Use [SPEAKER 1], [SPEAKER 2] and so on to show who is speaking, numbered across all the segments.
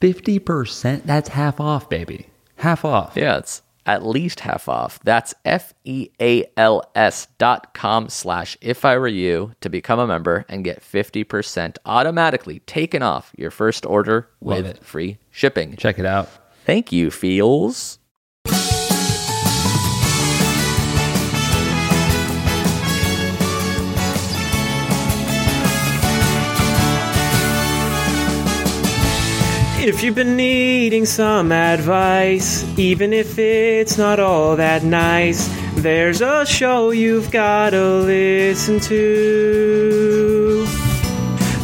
[SPEAKER 1] 50%, that's half off, baby. Half off.
[SPEAKER 2] Yeah, it's at least half off. That's F E A L S dot com slash if I were you to become a member and get 50% automatically taken off your first order
[SPEAKER 1] Love
[SPEAKER 2] with
[SPEAKER 1] it.
[SPEAKER 2] free shipping.
[SPEAKER 1] Check it out.
[SPEAKER 2] Thank you, Feels.
[SPEAKER 3] If you've been needing some advice, even if it's not all that nice, there's a show you've gotta listen to.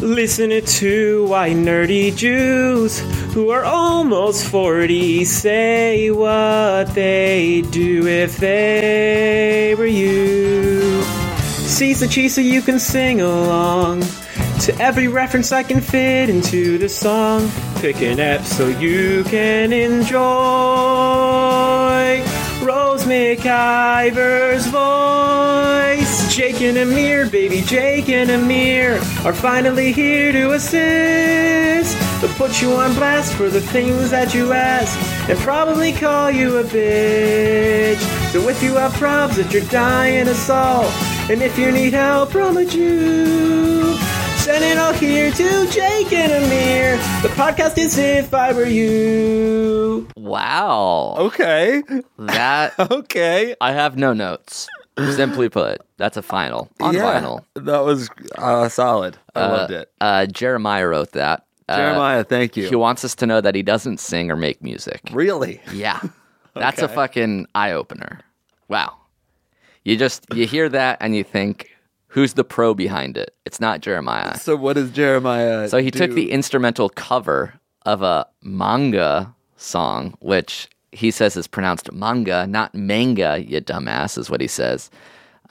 [SPEAKER 3] Listen it to why nerdy Jews who are almost 40 say what they do if they were you. Sees the cheese so you can sing along to every reference I can fit into the song. Pick an app so you can enjoy Rose McIver's voice. Jake and Amir, baby Jake and Amir are finally here to assist. They'll put you on blast for the things that you ask and probably call you a bitch. So if you have problems that you're dying to solve, and if you need help from a Jew, Send it all here to Jake and Amir. The podcast is If I Were You.
[SPEAKER 2] Wow.
[SPEAKER 1] Oh. Okay.
[SPEAKER 2] That,
[SPEAKER 1] Okay.
[SPEAKER 2] I have no notes. Simply put, that's a final. On final.
[SPEAKER 1] That was uh, solid. I loved it.
[SPEAKER 2] Uh, Jeremiah wrote that. Uh,
[SPEAKER 1] Jeremiah, thank you.
[SPEAKER 2] He wants us to know that he doesn't sing or make music.
[SPEAKER 1] really?
[SPEAKER 2] Yeah. That's a fucking eye opener. Wow. You just you hear that and you think, who's the pro behind it? It's not Jeremiah.
[SPEAKER 1] So what does Jeremiah
[SPEAKER 2] So he took
[SPEAKER 1] do?
[SPEAKER 2] the instrumental cover of a manga song, which he says is pronounced manga, not manga, you dumbass, is what he says.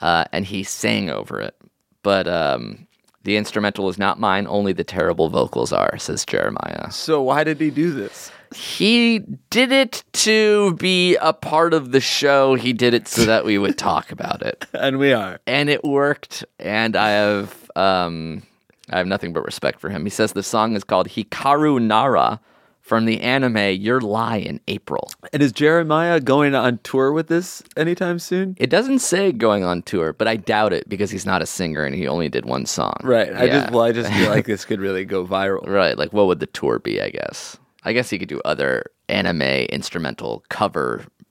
[SPEAKER 2] Uh, and he sang over it. But um, the instrumental is not mine, only the terrible vocals are, says Jeremiah.
[SPEAKER 1] So why did he do this?
[SPEAKER 2] He did it to be a part of the show. He did it so that we would talk about it.
[SPEAKER 1] And we are.
[SPEAKER 2] And it worked. And I have um I have nothing but respect for him. He says the song is called Hikaru Nara from the anime Your Lie in April.
[SPEAKER 1] And is Jeremiah going on tour with this anytime soon?
[SPEAKER 2] It doesn't say going on tour, but I doubt it because he's not a singer and he only did one song.
[SPEAKER 1] Right. I
[SPEAKER 2] Yeah.
[SPEAKER 1] just well, I just feel like this could really go viral.
[SPEAKER 2] Right. Like, what would the tour be? I guess. I guess he could do other anime instrumental cover v-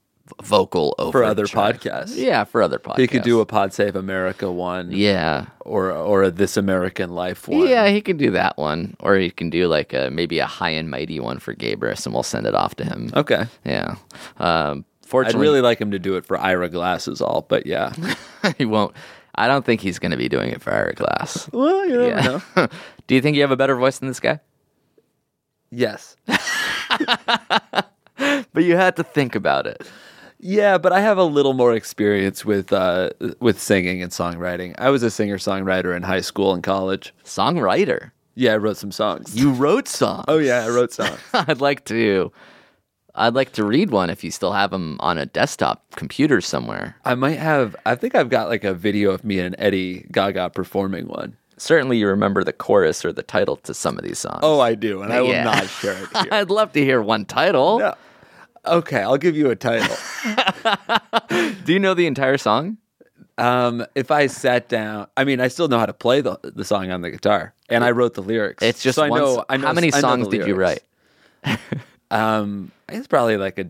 [SPEAKER 2] vocal over
[SPEAKER 1] For other
[SPEAKER 2] tracks.
[SPEAKER 1] podcasts.
[SPEAKER 2] Yeah, for other podcasts.
[SPEAKER 1] He could do a Pod Save America one
[SPEAKER 2] yeah.
[SPEAKER 1] or or a This American Life one.
[SPEAKER 2] Yeah, he could do that one, or he can do like a maybe a high and mighty one for Gabris, and we'll send it off to him.
[SPEAKER 1] Okay.
[SPEAKER 2] Yeah. Um,
[SPEAKER 1] I'd
[SPEAKER 2] fortunately,
[SPEAKER 1] really like him to do it for Ira Glass is all, but yeah.
[SPEAKER 2] he won't. I don't think he's going to be doing it for Ira Glass.
[SPEAKER 1] well, you never
[SPEAKER 2] Yeah. do you think you have a better voice than this guy?
[SPEAKER 1] Yes.
[SPEAKER 2] But you had to think about it.
[SPEAKER 1] Yeah, but I have a little more experience with uh, with singing and songwriting. I was a singer songwriter in high school and college.
[SPEAKER 2] Songwriter,
[SPEAKER 1] Yeah, I wrote some songs.
[SPEAKER 2] you wrote songs.
[SPEAKER 1] oh yeah, I wrote songs.
[SPEAKER 2] I'd like to. I'd like to read one if you still have them on a desktop computer somewhere.
[SPEAKER 1] I might have. I think I've got like a video of me and Eddie Gaga performing one.
[SPEAKER 2] Certainly, you remember the chorus or the title to some of these songs.
[SPEAKER 3] Oh, I do, and I will
[SPEAKER 2] Yeah.
[SPEAKER 3] not share it here.
[SPEAKER 2] I'd love to hear one title.
[SPEAKER 3] No. Okay, I'll give you a title.
[SPEAKER 2] Do you know the entire song?
[SPEAKER 3] Um, if I sat down, I mean, I still know how to play the, the song on the guitar, and I wrote the lyrics.
[SPEAKER 2] It's just
[SPEAKER 3] so I
[SPEAKER 2] one
[SPEAKER 3] know,
[SPEAKER 2] s-
[SPEAKER 3] I know.
[SPEAKER 2] How many
[SPEAKER 3] I know the
[SPEAKER 2] songs did you
[SPEAKER 3] lyrics.
[SPEAKER 2] write?
[SPEAKER 3] Um, it's probably like a.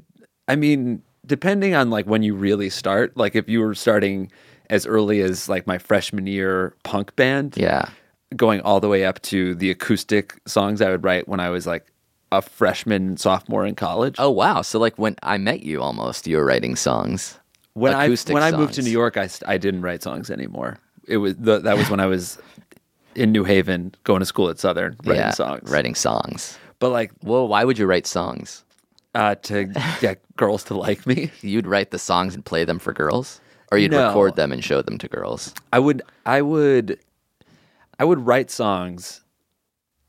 [SPEAKER 3] I mean, depending on like when you really start, like if you were starting as early as like my freshman year punk band,
[SPEAKER 2] Yeah.
[SPEAKER 3] going all the way up to the acoustic songs I would write when I was like a freshman, sophomore in college.
[SPEAKER 2] Oh wow! So like when I met you, almost you were writing songs.
[SPEAKER 3] when I when
[SPEAKER 2] acoustic
[SPEAKER 3] I moved to
[SPEAKER 2] songs.
[SPEAKER 3] New York, I, st- I didn't write songs anymore. It was the, that was when I was in New Haven, going to school at Southern, writing
[SPEAKER 2] yeah,
[SPEAKER 3] songs.
[SPEAKER 2] Writing songs.
[SPEAKER 3] But like
[SPEAKER 2] Well, why would you write songs?
[SPEAKER 3] uh, to get girls to like me,
[SPEAKER 2] You'd write the songs and play them for girls, or you'd
[SPEAKER 3] No.
[SPEAKER 2] record them and show them to girls.
[SPEAKER 3] I would I would I would write songs,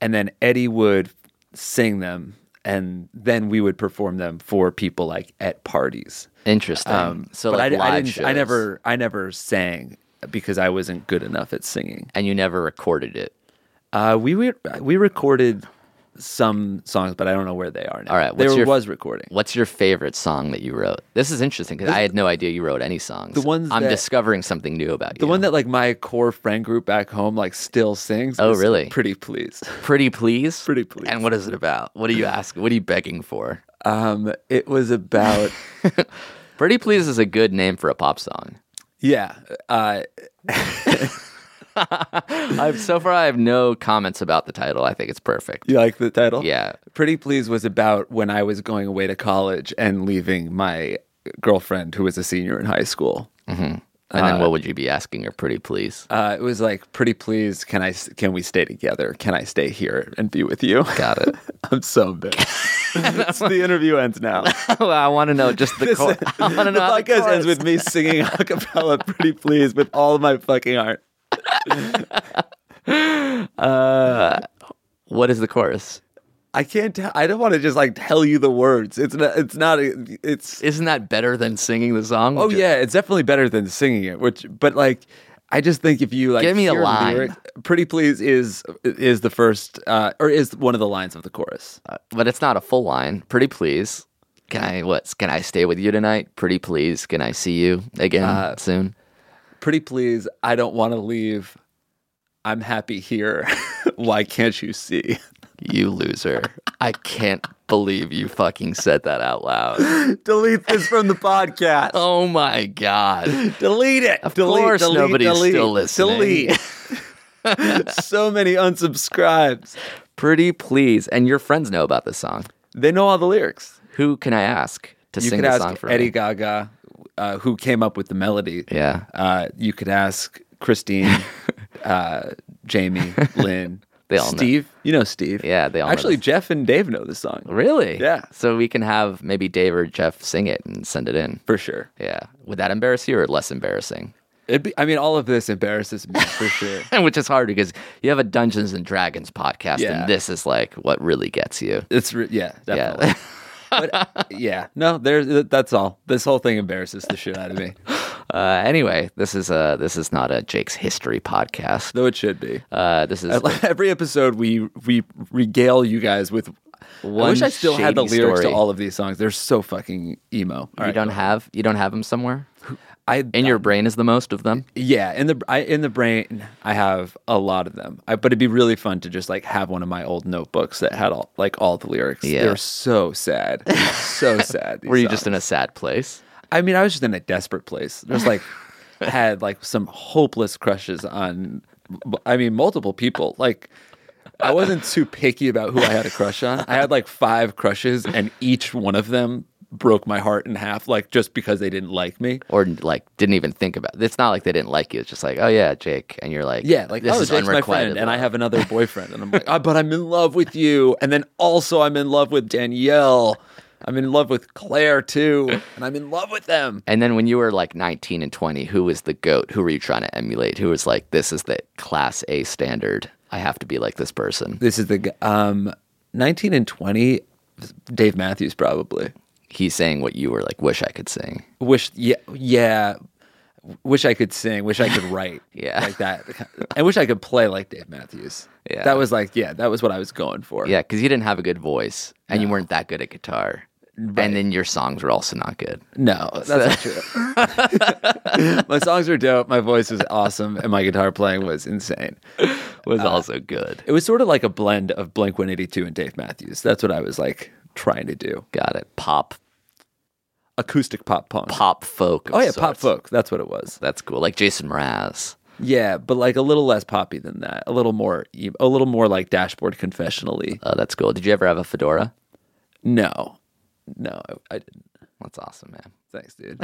[SPEAKER 3] and then Eddie would sing them, and then we would perform them for people like at parties.
[SPEAKER 2] Interesting. so
[SPEAKER 3] Um, but
[SPEAKER 2] like
[SPEAKER 3] I, di-
[SPEAKER 2] live
[SPEAKER 3] I didn't.
[SPEAKER 2] shows,
[SPEAKER 3] I never. I never sang because I wasn't good enough at singing.
[SPEAKER 2] and you never recorded it.
[SPEAKER 3] Uh, we re- we recorded some songs, but I don't know where they are now.
[SPEAKER 2] All right,
[SPEAKER 3] there
[SPEAKER 2] what's your-
[SPEAKER 3] was recording.
[SPEAKER 2] What's your favorite song that you wrote? This is interesting because I had no idea you wrote any songs.
[SPEAKER 3] the ones
[SPEAKER 2] I'm
[SPEAKER 3] that-
[SPEAKER 2] discovering something new about you.
[SPEAKER 3] The one that like my core friend group back home like still sings.
[SPEAKER 2] Oh,
[SPEAKER 3] is
[SPEAKER 2] really?
[SPEAKER 3] Pretty please.
[SPEAKER 2] Pretty please.
[SPEAKER 3] Pretty Please.
[SPEAKER 2] And what is it about? What are you asking? What are you begging for?
[SPEAKER 3] Um, it was about
[SPEAKER 2] Pretty please is a good name for a pop song.
[SPEAKER 3] yeah. Uh,
[SPEAKER 2] I've so far I have no comments about the title. I think it's perfect.
[SPEAKER 3] you like the title?
[SPEAKER 2] Yeah.
[SPEAKER 3] Pretty please was about when I was going away to college and leaving my girlfriend who was a senior in high school.
[SPEAKER 2] And then what would you be asking her? Pretty please.
[SPEAKER 3] Uh, it was like pretty please can I s- can we stay together? Can I stay here and be with you?
[SPEAKER 2] Got it.
[SPEAKER 3] I'm so embarrassed. the interview ends now.
[SPEAKER 2] well, I want to know just the. Cor- I want to
[SPEAKER 3] the
[SPEAKER 2] know. how the
[SPEAKER 3] podcast
[SPEAKER 2] chorus-
[SPEAKER 3] ends with me singing a cappella pretty please with all of my fucking heart.
[SPEAKER 2] what is the chorus?
[SPEAKER 3] I can't tell I don't want to just like tell you the words. It's not it's not a, it's
[SPEAKER 2] Isn't that better than singing the song?
[SPEAKER 3] Oh
[SPEAKER 2] Ju-
[SPEAKER 3] yeah, it's definitely better than singing it, which but like I just think if you like
[SPEAKER 2] Give me a
[SPEAKER 3] hear
[SPEAKER 2] line.
[SPEAKER 3] lyrics- pretty please is is the first uh, or is one of the lines of the chorus.
[SPEAKER 2] but it's not a full line. Pretty please. Can I what? Can I stay with you tonight? Pretty please. Can I see you again soon?
[SPEAKER 3] Pretty please, I don't want to leave. I'm happy here. Why can't you see?
[SPEAKER 2] You loser. I can't believe you fucking said that out loud.
[SPEAKER 3] Delete this from the podcast.
[SPEAKER 2] Oh my god.
[SPEAKER 3] Delete it. Of delete,
[SPEAKER 2] course
[SPEAKER 3] delete,
[SPEAKER 2] nobody's
[SPEAKER 3] delete,
[SPEAKER 2] still listening.
[SPEAKER 3] Delete. so many unsubscribes.
[SPEAKER 2] Pretty please. And your friends know about this song.
[SPEAKER 3] They know all the lyrics.
[SPEAKER 2] Who can I ask to
[SPEAKER 3] you
[SPEAKER 2] sing
[SPEAKER 3] could
[SPEAKER 2] the
[SPEAKER 3] ask
[SPEAKER 2] song for
[SPEAKER 3] Eddie
[SPEAKER 2] me?
[SPEAKER 3] Gaga, uh, who came up with the melody.
[SPEAKER 2] Yeah.
[SPEAKER 3] Uh, you could ask Christine, uh, Jamie, Lynn,
[SPEAKER 2] They all know.
[SPEAKER 3] Steve. You know Steve.
[SPEAKER 2] Yeah, they all know
[SPEAKER 3] Actually,
[SPEAKER 2] this.
[SPEAKER 3] Jeff and Dave know this song
[SPEAKER 2] Really?
[SPEAKER 3] Yeah.
[SPEAKER 2] So we can have maybe Dave or Jeff sing it and send it in.
[SPEAKER 3] for sure.
[SPEAKER 2] Yeah. Would that embarrass you or less embarrassing?
[SPEAKER 3] It'd be, I mean, all of this embarrasses me for sure.
[SPEAKER 2] Which is hard because you have a Dungeons and Dragons podcast,
[SPEAKER 3] Yeah.
[SPEAKER 2] and this is like what really gets you.
[SPEAKER 3] It's re- yeah, definitely.
[SPEAKER 2] Yeah.
[SPEAKER 3] yeah. No, there's that's all. This whole thing embarrasses the shit out of me,
[SPEAKER 2] Uh, anyway, this is a this is not a Jake's history podcast.
[SPEAKER 3] though it should be.
[SPEAKER 2] Uh, this is
[SPEAKER 3] Every episode we we regale you guys with. I wish
[SPEAKER 2] One
[SPEAKER 3] I still had the
[SPEAKER 2] shady
[SPEAKER 3] lyrics
[SPEAKER 2] story.
[SPEAKER 3] to all of these songs. They're so fucking emo. All
[SPEAKER 2] you
[SPEAKER 3] right.
[SPEAKER 2] don't have you don't have them somewhere
[SPEAKER 3] I
[SPEAKER 2] in your brain is the most of them.
[SPEAKER 3] yeah in the I, in the brain I have a lot of them. I, but it'd be really fun to just like have one of my old notebooks that had all like all the lyrics.
[SPEAKER 2] Yeah.
[SPEAKER 3] They're so sad, so sad. these
[SPEAKER 2] Were you
[SPEAKER 3] songs.
[SPEAKER 2] just in a sad place?
[SPEAKER 3] I mean, I was just in a desperate place. There's like had like some hopeless crushes on I mean multiple people. Like I wasn't too picky about who I had a crush on. I had like five crushes and each one of them broke my heart in half like just because they didn't like me.
[SPEAKER 2] Or like didn't even think about it. It's not like they didn't like you. It's just like, oh yeah, Jake. And you're like,
[SPEAKER 3] Yeah, like
[SPEAKER 2] this
[SPEAKER 3] oh,
[SPEAKER 2] is
[SPEAKER 3] Jake's my
[SPEAKER 2] unrequited.
[SPEAKER 3] friend, and I
[SPEAKER 2] love.
[SPEAKER 3] have another boyfriend, and I'm like, ah, but I'm in love with you, and then also I'm in love with Danielle, I'm in love with Claire too, and I'm in love with them.
[SPEAKER 2] And then when you were like 19 and 20, who was the goat? Who were you trying to emulate? Who was like, this is the class A standard? I have to be like this person.
[SPEAKER 3] This is the g- um, 19 and 20, Dave Matthews probably.
[SPEAKER 2] He's saying what you were like, wish I could sing.
[SPEAKER 3] Wish, yeah, yeah.
[SPEAKER 1] wish I could sing, wish I could write,
[SPEAKER 2] Yeah.
[SPEAKER 1] like that. I wish I could play like Dave Matthews.
[SPEAKER 2] Yeah.
[SPEAKER 1] that was like, yeah, that was what I was going for.
[SPEAKER 2] Yeah, because you didn't have a good voice and you weren't that good at guitar. And then your songs were also not good.
[SPEAKER 1] no, that's not true. my songs were dope. My voice was awesome, and my guitar playing was insane.
[SPEAKER 2] Was Uh, also good.
[SPEAKER 1] It was sort of like a blend of Blink One Eighty Two and Dave Matthews. That's what I was like trying to do.
[SPEAKER 2] Got it. Pop,
[SPEAKER 1] Acoustic pop punk.
[SPEAKER 2] pop folk. of
[SPEAKER 1] Oh yeah, pop
[SPEAKER 2] sorts.
[SPEAKER 1] folk. That's what it was.
[SPEAKER 2] That's cool. Like Jason Mraz.
[SPEAKER 1] Yeah, but like a little less poppy than that. A little more, e- a little more like Dashboard Confessionally.
[SPEAKER 2] Oh, that's cool. Did you ever have a fedora?
[SPEAKER 1] No, no, I, I didn't.
[SPEAKER 2] That's awesome, man.
[SPEAKER 1] Thanks, dude.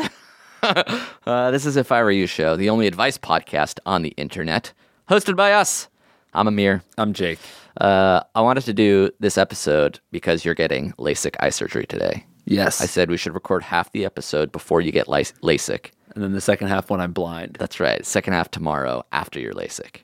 [SPEAKER 2] Uh, this is If I Were You Show, the only advice podcast on the internet, hosted by us. I'm Amir.
[SPEAKER 1] I'm Jake.
[SPEAKER 2] Uh, I wanted to do this episode because you're getting LASIK eye surgery today.
[SPEAKER 1] Yes,
[SPEAKER 2] I said we should record half the episode before you get lys- LASIK.
[SPEAKER 1] and then the second half when I'm blind.
[SPEAKER 2] That's right. Second half tomorrow after your LASIK.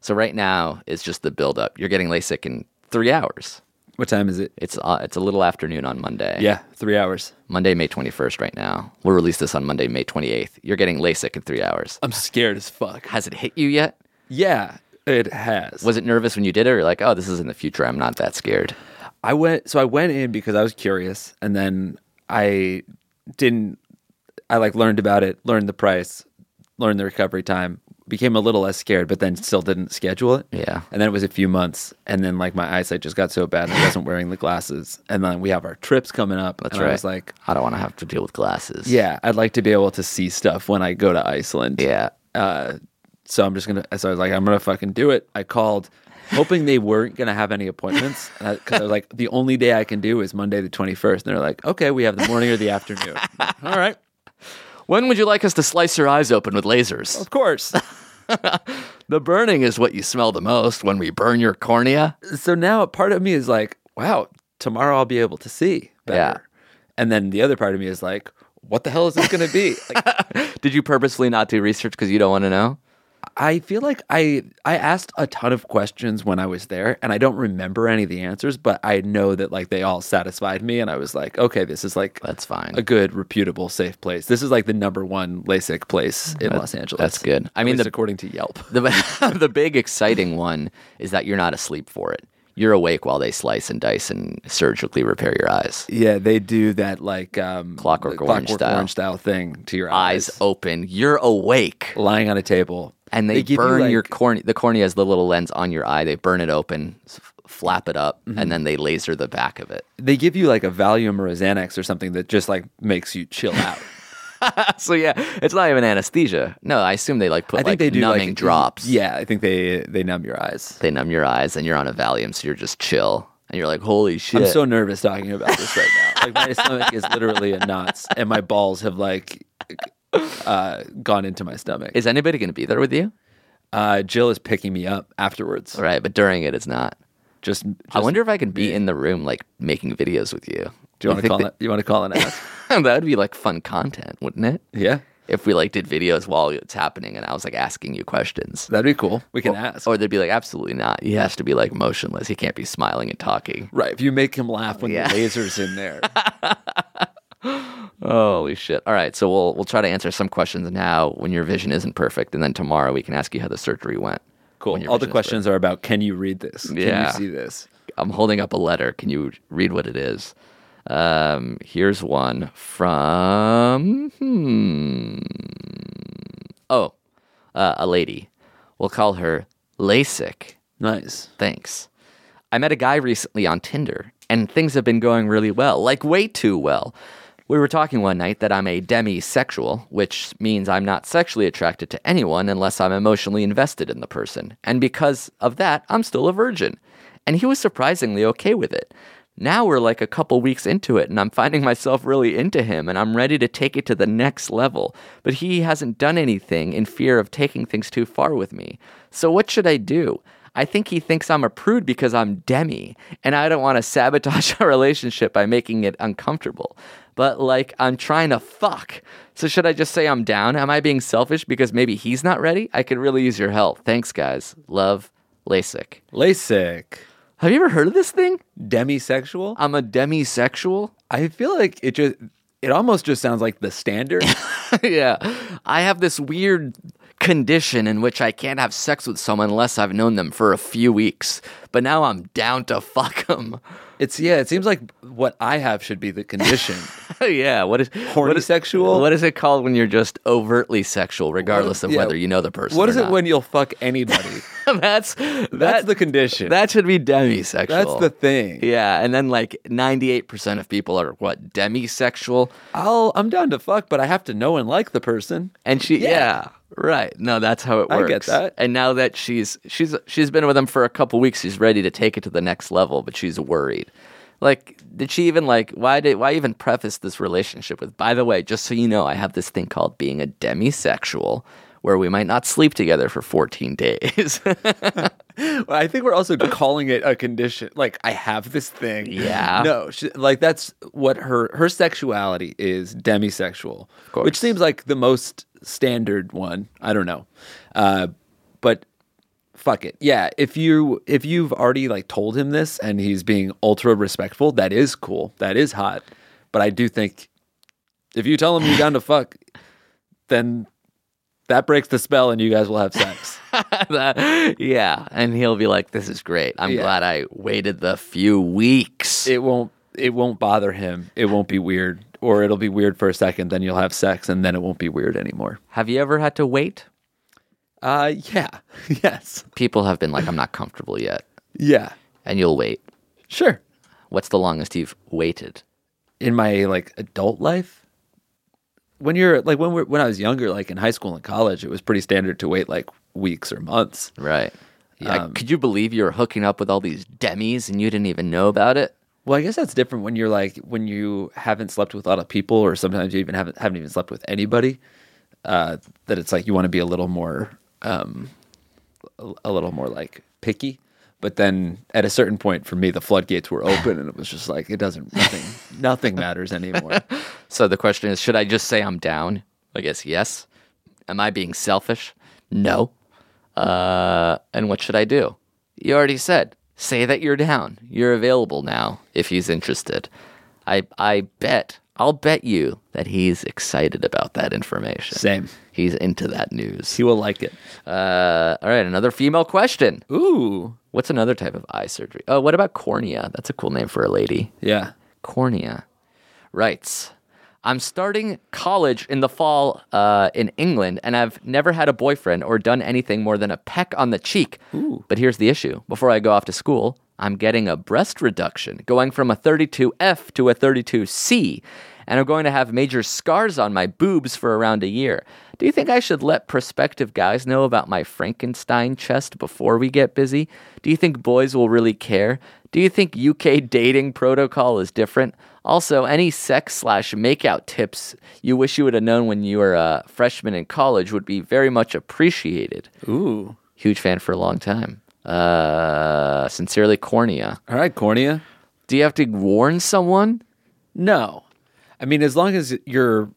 [SPEAKER 2] So right now is just the build up. You're getting LASIK in three hours.
[SPEAKER 1] What time is it?
[SPEAKER 2] It's uh, it's a little afternoon on Monday.
[SPEAKER 1] Yeah, three hours.
[SPEAKER 2] Monday, May 21st. Right now, we'll release this on Monday, May 28th. You're getting LASIK in three hours.
[SPEAKER 1] I'm scared as fuck.
[SPEAKER 2] Has it hit you yet?
[SPEAKER 1] Yeah, it has.
[SPEAKER 2] Was it nervous when you did it, or you're like, oh, this is in the future? I'm not that scared.
[SPEAKER 1] I went so I went in because I was curious and then I didn't I like learned about it, learned the price, learned the recovery time, became a little less scared, but then still didn't schedule it.
[SPEAKER 2] Yeah.
[SPEAKER 1] And then it was a few months and then like my eyesight just got so bad I wasn't wearing the glasses. And then we have our trips coming up. That's and I was
[SPEAKER 2] right.
[SPEAKER 1] like,
[SPEAKER 2] I don't want to have to deal with glasses.
[SPEAKER 1] Yeah, I'd like to be able to see stuff when I go to Iceland.
[SPEAKER 2] yeah.
[SPEAKER 1] Uh, so I'm just gonna. So I was like, I'm gonna fucking do it. I called, hoping they weren't gonna have any appointments, because I, was like, the only day I can do is Monday the 21st. And they're like, okay, we have the morning or the afternoon. All right,
[SPEAKER 2] When would you like us to slice your eyes open with lasers?
[SPEAKER 1] of course.
[SPEAKER 2] The burning is what you smell the most when we burn your cornea.
[SPEAKER 1] So now a part of me is like, wow, tomorrow I'll be able to see better. And then the other part of me is like, what the hell is this gonna be? Like,
[SPEAKER 2] Did you purposely not do research because you don't want to know?
[SPEAKER 1] I feel like I I asked a ton of questions when I was there, and I don't remember any of the answers, but I know that like they all satisfied me, and I was like, okay, this is like
[SPEAKER 2] That's fine.
[SPEAKER 1] a good, reputable, safe place. This is like the number one LASIK place in Los Angeles.
[SPEAKER 2] Mm-hmm. That's good. I
[SPEAKER 1] I
[SPEAKER 2] mean,
[SPEAKER 1] mean,
[SPEAKER 2] the
[SPEAKER 1] according to Yelp.
[SPEAKER 2] the, the big exciting one is that you're not asleep for it. You're awake while they slice and dice and surgically repair your eyes.
[SPEAKER 1] Yeah, they do that like um,
[SPEAKER 2] Clockwork
[SPEAKER 1] the
[SPEAKER 2] Orange style.
[SPEAKER 1] thing to your eyes,
[SPEAKER 2] Eyes open, you're awake,
[SPEAKER 1] lying on a table,
[SPEAKER 2] and they,
[SPEAKER 1] give you,
[SPEAKER 2] burn your
[SPEAKER 1] like-
[SPEAKER 2] cornea. The cornea is the little lens on your eye. They burn it open, s- flap it up,
[SPEAKER 1] Mm-hmm.
[SPEAKER 2] and then they laser the back of it.
[SPEAKER 1] They give you like a Valium or a Xanax or something that just like makes you chill out.
[SPEAKER 2] So yeah, it's not even anesthesia. No, I assume they like put
[SPEAKER 1] I think
[SPEAKER 2] like
[SPEAKER 1] they do
[SPEAKER 2] numbing
[SPEAKER 1] like
[SPEAKER 2] drops.
[SPEAKER 1] Yeah, I think they they numb your eyes.
[SPEAKER 2] they numb your eyes, and you're on a Valium, so you're just chill, and you're like, holy shit.
[SPEAKER 1] I'm so nervous talking about this right now. Like my stomach is literally in knots, and my balls have like uh, gone into my stomach.
[SPEAKER 2] is anybody going to be there with you?
[SPEAKER 1] Uh, Jill is picking me up afterwards.
[SPEAKER 2] All right, but during it, it's not.
[SPEAKER 1] Just, just
[SPEAKER 2] I wonder if I can be in the room, like making videos with you.
[SPEAKER 1] Do you want
[SPEAKER 2] think
[SPEAKER 1] to call it? You want to call it? Ask?
[SPEAKER 2] that? that would be like fun content, wouldn't it?
[SPEAKER 1] yeah,
[SPEAKER 2] If we like did videos while it's happening, and I was like asking you questions,
[SPEAKER 1] that'd be cool. We
[SPEAKER 2] Oh,
[SPEAKER 1] can ask.
[SPEAKER 2] or they'd be like, "Absolutely not. He has to be like motionless. He can't be smiling and talking."
[SPEAKER 1] right, if you make him laugh when
[SPEAKER 2] Yeah.
[SPEAKER 1] the laser's in there.
[SPEAKER 2] Holy shit! All right, so we'll we'll try to answer some questions now when your vision isn't perfect, and then tomorrow we can ask you how the surgery went. when
[SPEAKER 1] Cool.
[SPEAKER 2] your
[SPEAKER 1] All the
[SPEAKER 2] vision is
[SPEAKER 1] questions are about: Can you read this? Can
[SPEAKER 2] Yeah.
[SPEAKER 1] you see this?
[SPEAKER 2] I'm holding up a letter. Can you read what it is? Um, here's one from hmm. Oh, uh, a lady. We'll call her LASIK.
[SPEAKER 1] Nice.
[SPEAKER 2] Thanks. I met a guy recently on Tinder, and things have been going really well, like way too well. We were talking one night that I'm a demisexual, which means I'm not sexually attracted to anyone unless I'm emotionally invested in the person. And because of that, I'm still a virgin. And he was surprisingly okay with it. Now we're like a couple weeks into it, and I'm finding myself really into him, and I'm ready to take it to the next level. But he hasn't done anything in fear of taking things too far with me. So, what should I do? I think he thinks I'm a prude because I'm demi, and I don't want to sabotage our relationship by making it uncomfortable. But, like, I'm trying to fuck. So, should I just say I'm down? Am I being selfish because maybe he's not ready? I could really use your help. Thanks, guys. Love, LASIK.
[SPEAKER 1] LASIK.
[SPEAKER 2] Have you ever heard of this thing?
[SPEAKER 1] Demisexual.
[SPEAKER 2] I'm a demisexual?
[SPEAKER 1] I feel like it just it almost just sounds like the standard.
[SPEAKER 2] yeah. I have this weird condition in which I can't have sex with someone unless I've known them for a few weeks. But now I'm down to fuck them.
[SPEAKER 1] it's yeah, it seems like what I have should be the condition.
[SPEAKER 2] yeah. What is
[SPEAKER 1] Horny
[SPEAKER 2] what is,
[SPEAKER 1] sexual?
[SPEAKER 2] What is it called when you're just overtly sexual, regardless of
[SPEAKER 1] yeah.
[SPEAKER 2] whether you know the person?
[SPEAKER 1] what
[SPEAKER 2] or
[SPEAKER 1] is it
[SPEAKER 2] not?
[SPEAKER 1] when you'll fuck anybody?
[SPEAKER 2] that's that,
[SPEAKER 1] That's the condition.
[SPEAKER 2] that should be demisexual.
[SPEAKER 1] That's the thing.
[SPEAKER 2] Yeah, and then like 98% of people are what demisexual,
[SPEAKER 1] I'll I'm down to fuck, but I have to know and like the person.
[SPEAKER 2] and she yeah.
[SPEAKER 1] Yeah.
[SPEAKER 2] right. No, that's how it
[SPEAKER 1] I get
[SPEAKER 2] works.
[SPEAKER 1] that.
[SPEAKER 2] And now that she's she's she's been with him for a couple weeks, she's ready to take it to the next level, but she's worried. Like, did she even like why did why even preface this relationship with? By the way, just so you know, I have this thing called being a demisexual, where we might not sleep together for 14 days.
[SPEAKER 1] Well, I think we're also calling it a condition. Like I have this thing.
[SPEAKER 2] Yeah.
[SPEAKER 1] No, she, like that's what her her sexuality is demisexual,
[SPEAKER 2] course.
[SPEAKER 1] which seems like the most standard one. I don't know, uh, but fuck it. Yeah, if you if you've already like told him this and he's being ultra respectful, that is cool. That is hot. But I do think if you tell him you're down to fuck, then that breaks the spell and you guys will have sex.
[SPEAKER 2] That- yeah, and he'll be like, "This is great. I'm
[SPEAKER 1] Yeah.
[SPEAKER 2] glad I waited the few weeks."
[SPEAKER 1] it won't it won't bother him. It won't be weird, or it'll be weird for a second. Then you'll have sex, and then it won't be weird anymore.
[SPEAKER 2] have you ever had to wait?
[SPEAKER 1] Uh, yeah, yes,
[SPEAKER 2] People have been like, "I'm not comfortable yet,"
[SPEAKER 1] yeah,
[SPEAKER 2] and you'll wait.
[SPEAKER 1] sure.
[SPEAKER 2] What's the longest you've waited?
[SPEAKER 1] In my like adult life, when you're like when we're, when I was younger, like in high school and college, it was pretty standard to wait like weeks or months.
[SPEAKER 2] Right. Yeah. could you believe you were hooking up with all these demis and you didn't even know about it?
[SPEAKER 1] Well, I guess that's different when you're like when you haven't slept with a lot of people, or sometimes you even haven't haven't even slept with anybody. Uh, that it's like you want to be a little more, um, a, a little more like picky. But then at a certain point, for me, the floodgates were open, and it was just like it doesn't nothing nothing matters anymore.
[SPEAKER 2] So the question is, should I just say I'm down? I guess yes. Am I being selfish? No. Uh, and what should I do? You already said. Say that you're down. You're available now if he's interested. I I bet. I'll bet you that he's excited about that information.
[SPEAKER 1] Same.
[SPEAKER 2] He's into that news.
[SPEAKER 1] He will like it.
[SPEAKER 2] Uh, all right, another female question.
[SPEAKER 1] Ooh,
[SPEAKER 2] What's another type of eye surgery? Oh, what about cornea? That's a cool name for a lady
[SPEAKER 1] yeah.
[SPEAKER 2] cornea writes i'm starting college in the fall uh, in england and i've never had a boyfriend or done anything more than a peck on the cheek but here's the issue before i go off to school i'm getting a breast reduction going from a 32f to a 32c and i'm going to have major scars on my boobs for around a year do you think I should let prospective guys know about my Frankenstein chest before we get busy? Do you think boys will really care? Do you think UK dating protocol is different? Also, any sex slash makeout tips you wish you would have known when you were a freshman in college would be very much appreciated.
[SPEAKER 1] Ooh.
[SPEAKER 2] Huge fan for a long time. Uh, sincerely, Cornea.
[SPEAKER 1] All right, cornea.
[SPEAKER 2] Do you have to warn someone?
[SPEAKER 1] No. I mean, as long as you're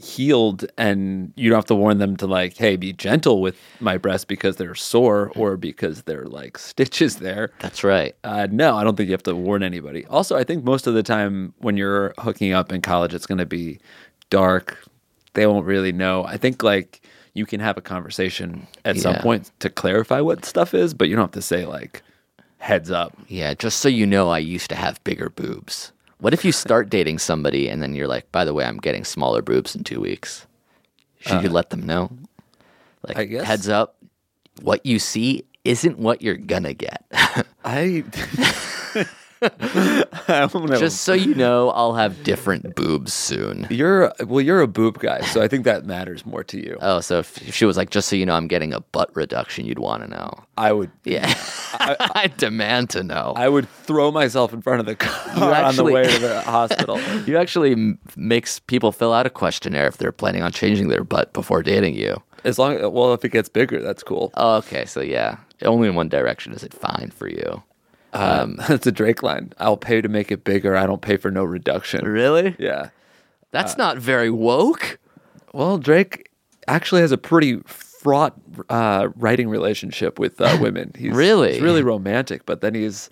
[SPEAKER 1] healed and you don't have to warn them to like, hey, be gentle with my breasts because they're sore or because they're like stitches there.
[SPEAKER 2] That's right.
[SPEAKER 1] Uh, no, I don't think you have to warn anybody. Also, I think most of the time when you're hooking up in college, it's going to be dark. They won't really know. I think like you can have a conversation at some
[SPEAKER 2] Yeah.
[SPEAKER 1] point to clarify what stuff is, but you don't have to say like heads up.
[SPEAKER 2] Yeah, just so you know, I used to have bigger boobs. What if you start dating somebody and then you're like, by the way, I'm getting smaller boobs in two weeks? Should you let them know? Like,
[SPEAKER 1] Uh. I guess.
[SPEAKER 2] heads up, what you see isn't what you're gonna get.
[SPEAKER 1] I. I don't know.
[SPEAKER 2] just so you know, I'll have different boobs soon.
[SPEAKER 1] You're well, you're a boob guy, so I think that matters more to you.
[SPEAKER 2] Oh, so if if she was like, just so you know, I'm getting a butt reduction, you'd want to know.
[SPEAKER 1] I would
[SPEAKER 2] Yeah, I, demand to know.
[SPEAKER 1] I would throw myself in front of the car on the
[SPEAKER 2] actually-
[SPEAKER 1] way to the hospital.
[SPEAKER 2] you actually m- makes people fill out a questionnaire if they're planning on changing their butt before dating you.
[SPEAKER 1] As long well, if it gets bigger, that's cool.
[SPEAKER 2] Oh, okay, so yeah, only in one direction is it fine for you.
[SPEAKER 1] Um, that's a Drake line. I'll pay to make it bigger. I don't pay for no reduction.
[SPEAKER 2] Really?
[SPEAKER 1] Yeah.
[SPEAKER 2] That's not very woke.
[SPEAKER 1] Well, Drake actually has a pretty fraught uh, writing relationship with uh, women. He's,
[SPEAKER 2] Really?
[SPEAKER 1] he's really romantic, but then he's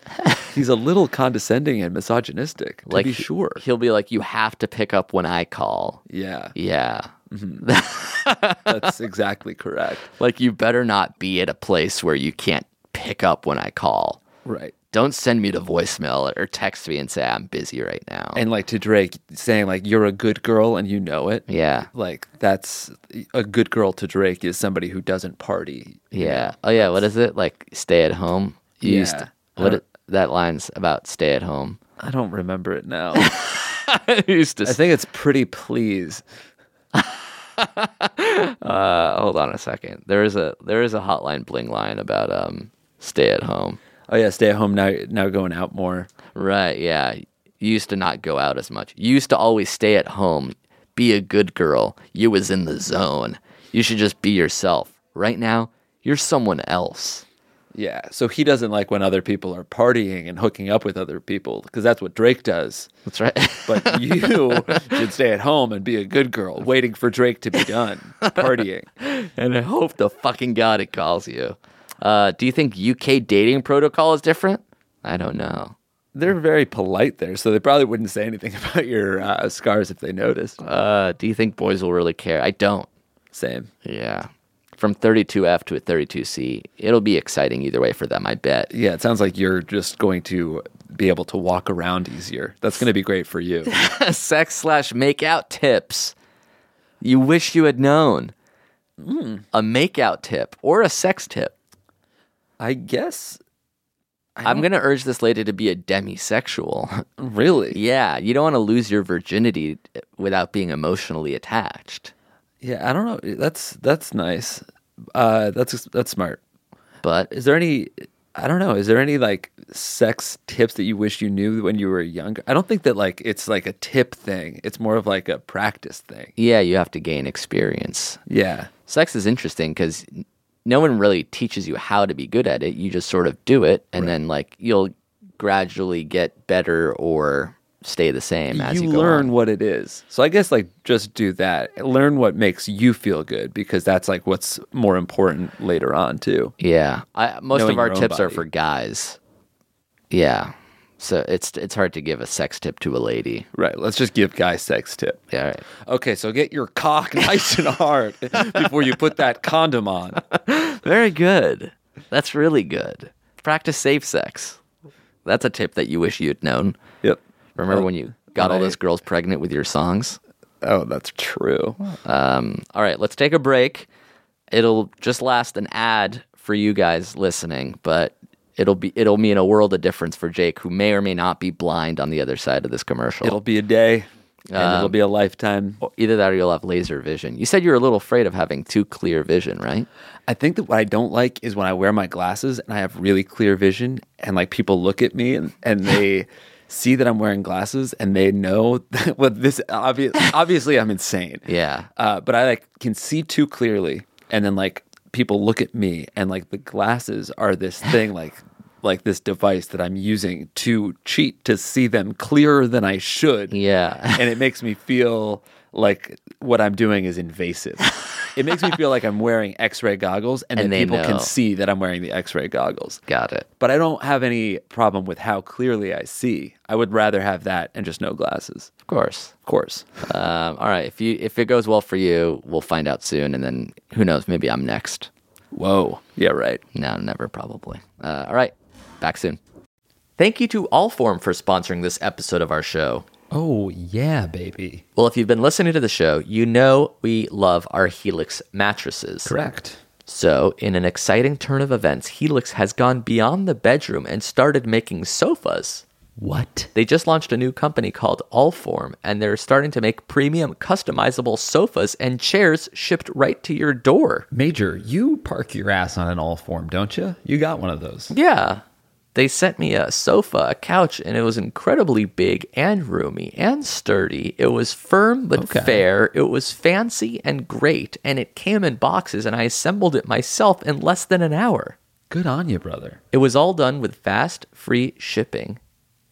[SPEAKER 1] he's a little condescending and misogynistic. To
[SPEAKER 2] like
[SPEAKER 1] be
[SPEAKER 2] he-
[SPEAKER 1] sure,
[SPEAKER 2] he'll be like, "You have to pick up when I call."
[SPEAKER 1] yeah,
[SPEAKER 2] Yeah,
[SPEAKER 1] that's exactly correct.
[SPEAKER 2] like you better not be at a place where you can't pick up when I call.
[SPEAKER 1] Right.
[SPEAKER 2] Don't send me to voicemail or text me and say I'm busy right now.
[SPEAKER 1] And like to Drake saying like you're a good girl and you know it.
[SPEAKER 2] yeah,
[SPEAKER 1] Like that's a good girl to Drake is somebody who doesn't party.
[SPEAKER 2] yeah. Oh yeah, what is it? Like stay at home. You
[SPEAKER 1] Yeah.
[SPEAKER 2] used
[SPEAKER 1] I
[SPEAKER 2] what
[SPEAKER 1] don't-
[SPEAKER 2] it- that line's about stay at home.
[SPEAKER 1] I don't remember it now.
[SPEAKER 2] I used to
[SPEAKER 1] I think it's pretty please.
[SPEAKER 2] Uh, hold on a second. There is a there is a hotline bling line about um stay at home.
[SPEAKER 1] Oh yeah, stay at home now. Now going out more.
[SPEAKER 2] Right, yeah. You used to not go out as much. You used to always stay at home. Be a good girl. You was in the zone. You should just be yourself. Right now, you're someone else.
[SPEAKER 1] Yeah. So he doesn't like when other people are partying and hooking up with other people because that's what Drake does.
[SPEAKER 2] That's right.
[SPEAKER 1] But you should stay at home and be a good girl, waiting for Drake to be done partying.
[SPEAKER 2] and I hope to fucking God it calls you. Uh, do you think UK dating protocol is different? I don't know.
[SPEAKER 1] They're very polite there, so they probably wouldn't say anything about your uh, scars if they noticed.
[SPEAKER 2] Uh, do you think boys will really care? I don't.
[SPEAKER 1] Same.
[SPEAKER 2] Yeah. From 32F to a 32C. It'll be exciting either way for them, I bet.
[SPEAKER 1] Yeah, it sounds like you're just going to be able to walk around easier. That's going to be great for you.
[SPEAKER 2] Sex slash makeout tips. You wish you had known. A makeout tip or a sex tip.
[SPEAKER 1] I guess.
[SPEAKER 2] I'm going to urge this lady to be a demisexual.
[SPEAKER 1] Really?
[SPEAKER 2] yeah, you don't want to lose your virginity eh, without being emotionally attached.
[SPEAKER 1] Yeah, I don't know. That's that's nice. Uh, that's that's smart.
[SPEAKER 2] But
[SPEAKER 1] is there any i don't know is there any like sex tips that you wish you knew when you were younger i don't think that like it's like a tip thing it's more of like a practice thing
[SPEAKER 2] yeah, you have to gain experience.
[SPEAKER 1] yeah
[SPEAKER 2] sex is interesting because no one really teaches you how to be good at it. You just sort of do it, and then like you'll gradually get better or stay the same as you,
[SPEAKER 1] you
[SPEAKER 2] go
[SPEAKER 1] learn
[SPEAKER 2] on.
[SPEAKER 1] what it is so i guess like just do that learn what makes you feel good because that's like what's more important later on too
[SPEAKER 2] Yeah, I, most
[SPEAKER 1] Knowing
[SPEAKER 2] of our
[SPEAKER 1] your own
[SPEAKER 2] tips are
[SPEAKER 1] body.
[SPEAKER 2] for guys. Yeah, so it's it's hard to give a sex tip to a lady.
[SPEAKER 1] right let's just give guys sex tip
[SPEAKER 2] Yeah, all right.
[SPEAKER 1] okay so get your cock nice and hard before you put that condom on
[SPEAKER 2] very good. That's really good. Practice safe sex. That's a tip that you wish you'd known.
[SPEAKER 1] yep
[SPEAKER 2] Remember
[SPEAKER 1] Oh,
[SPEAKER 2] when you got all
[SPEAKER 1] I-
[SPEAKER 2] those girls pregnant with your songs?
[SPEAKER 1] oh that's true
[SPEAKER 2] All right, let's take a break. It'll just last an ad for you guys listening, but it'll be it'll mean a world of difference for Jake, who may or may not be blind on the other side of this commercial.
[SPEAKER 1] it'll be a day and it'll be a lifetime
[SPEAKER 2] Either that, or you'll have laser vision. You said you were a little afraid of having too clear vision, right?
[SPEAKER 1] I think that what I don't like is when I wear my glasses and I have really clear vision and like people look at me and, and they see that I'm wearing glasses and they know that well, this obvious, obviously I'm insane.
[SPEAKER 2] Yeah.
[SPEAKER 1] Uh, but I like can see too clearly and then like people look at me and like the glasses are this thing like like this device that I'm using to cheat to see them clearer than I should
[SPEAKER 2] Yeah.
[SPEAKER 1] and it makes me feel like what I'm doing is invasive. It makes me feel like I'm wearing X-ray goggles, and,
[SPEAKER 2] And
[SPEAKER 1] then
[SPEAKER 2] they
[SPEAKER 1] people
[SPEAKER 2] know.
[SPEAKER 1] can see that I'm wearing the X-ray goggles.
[SPEAKER 2] Got it.
[SPEAKER 1] But I don't have any problem with how clearly I see. I would rather have that and just no glasses,
[SPEAKER 2] Of course.
[SPEAKER 1] of course.
[SPEAKER 2] Um, all right. If you if it goes well for you, we'll find out soon, and then who knows? Maybe I'm next.
[SPEAKER 1] Whoa, yeah, right.
[SPEAKER 2] No, never probably. Uh, all right, back soon. Thank you to Allform for sponsoring this episode of our show.
[SPEAKER 4] Oh, yeah, baby.
[SPEAKER 2] Well, if you've been listening to the show, you know we love our Helix mattresses.
[SPEAKER 4] Correct.
[SPEAKER 2] So, in an exciting turn of events, Helix has gone beyond the bedroom and started making sofas.
[SPEAKER 4] What?
[SPEAKER 2] They just launched a new company called Allform, and they're starting to make premium customizable sofas and chairs shipped right to your door.
[SPEAKER 4] Major, you park your ass on an all form, don't you? You got one of those.
[SPEAKER 2] Yeah. They sent me a sofa, a couch, and it was incredibly big and roomy and sturdy. It was firm but
[SPEAKER 4] Okay.
[SPEAKER 2] fair. It was fancy and great, and it came in boxes, and I assembled it myself in less than an hour.
[SPEAKER 4] Good on you, brother.
[SPEAKER 2] It was all done with fast, free shipping,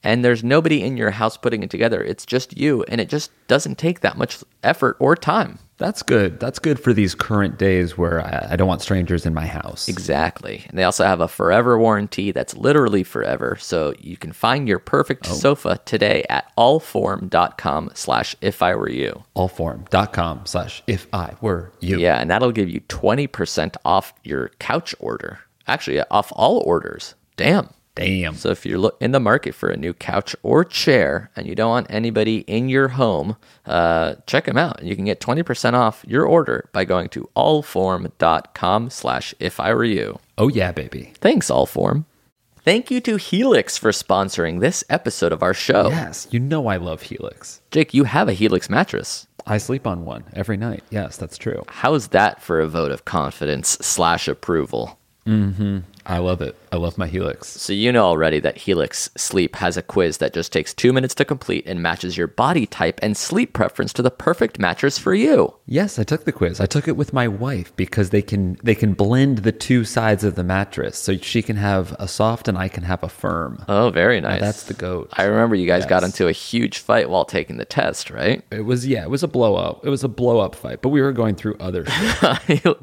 [SPEAKER 2] and there's nobody in your house putting it together. It's just you, and it just doesn't take that much effort or time.
[SPEAKER 4] That's good. That's good for these current days where I, I don't want strangers in my house.
[SPEAKER 2] Exactly. And they also have a forever warranty that's literally forever. So you can find your perfect sofa today at allform.com slash if I were you.
[SPEAKER 4] Allform.com slash if I were you.
[SPEAKER 2] Yeah, and that'll give you 20% off your couch order. Actually, off all orders. Damn.
[SPEAKER 4] Damn.
[SPEAKER 2] So if you're look in the market for a new couch or chair and you don't want anybody in your home, uh, check them out. You can get 20% off your order by going to allform.com slash if I were you.
[SPEAKER 4] Oh, yeah, baby.
[SPEAKER 2] Thanks, Allform. Thank you to Helix for sponsoring this episode of our
[SPEAKER 1] Oh.
[SPEAKER 2] show.
[SPEAKER 4] Yes. You know I love Helix.
[SPEAKER 2] Jake, you have a Helix mattress.
[SPEAKER 4] I sleep on one every night. Yes, that's true.
[SPEAKER 2] How's that for a vote of confidence slash approval?
[SPEAKER 4] I love it. I love my Helix.
[SPEAKER 2] So you know already that Helix Sleep has a quiz that just takes two minutes to complete and matches your body type and sleep preference to the perfect mattress for you.
[SPEAKER 4] Yes, I took the quiz. I took it with my wife because they can they can blend the two sides of the mattress. So she can have a soft and I can have a firm.
[SPEAKER 2] Oh, very nice.
[SPEAKER 4] that's the goat.
[SPEAKER 2] I remember you guys got
[SPEAKER 4] Yes.
[SPEAKER 2] into a huge fight while taking the test, right?
[SPEAKER 4] It was yeah, it was a blow up. It was a blow up fight, but we were going through other shit.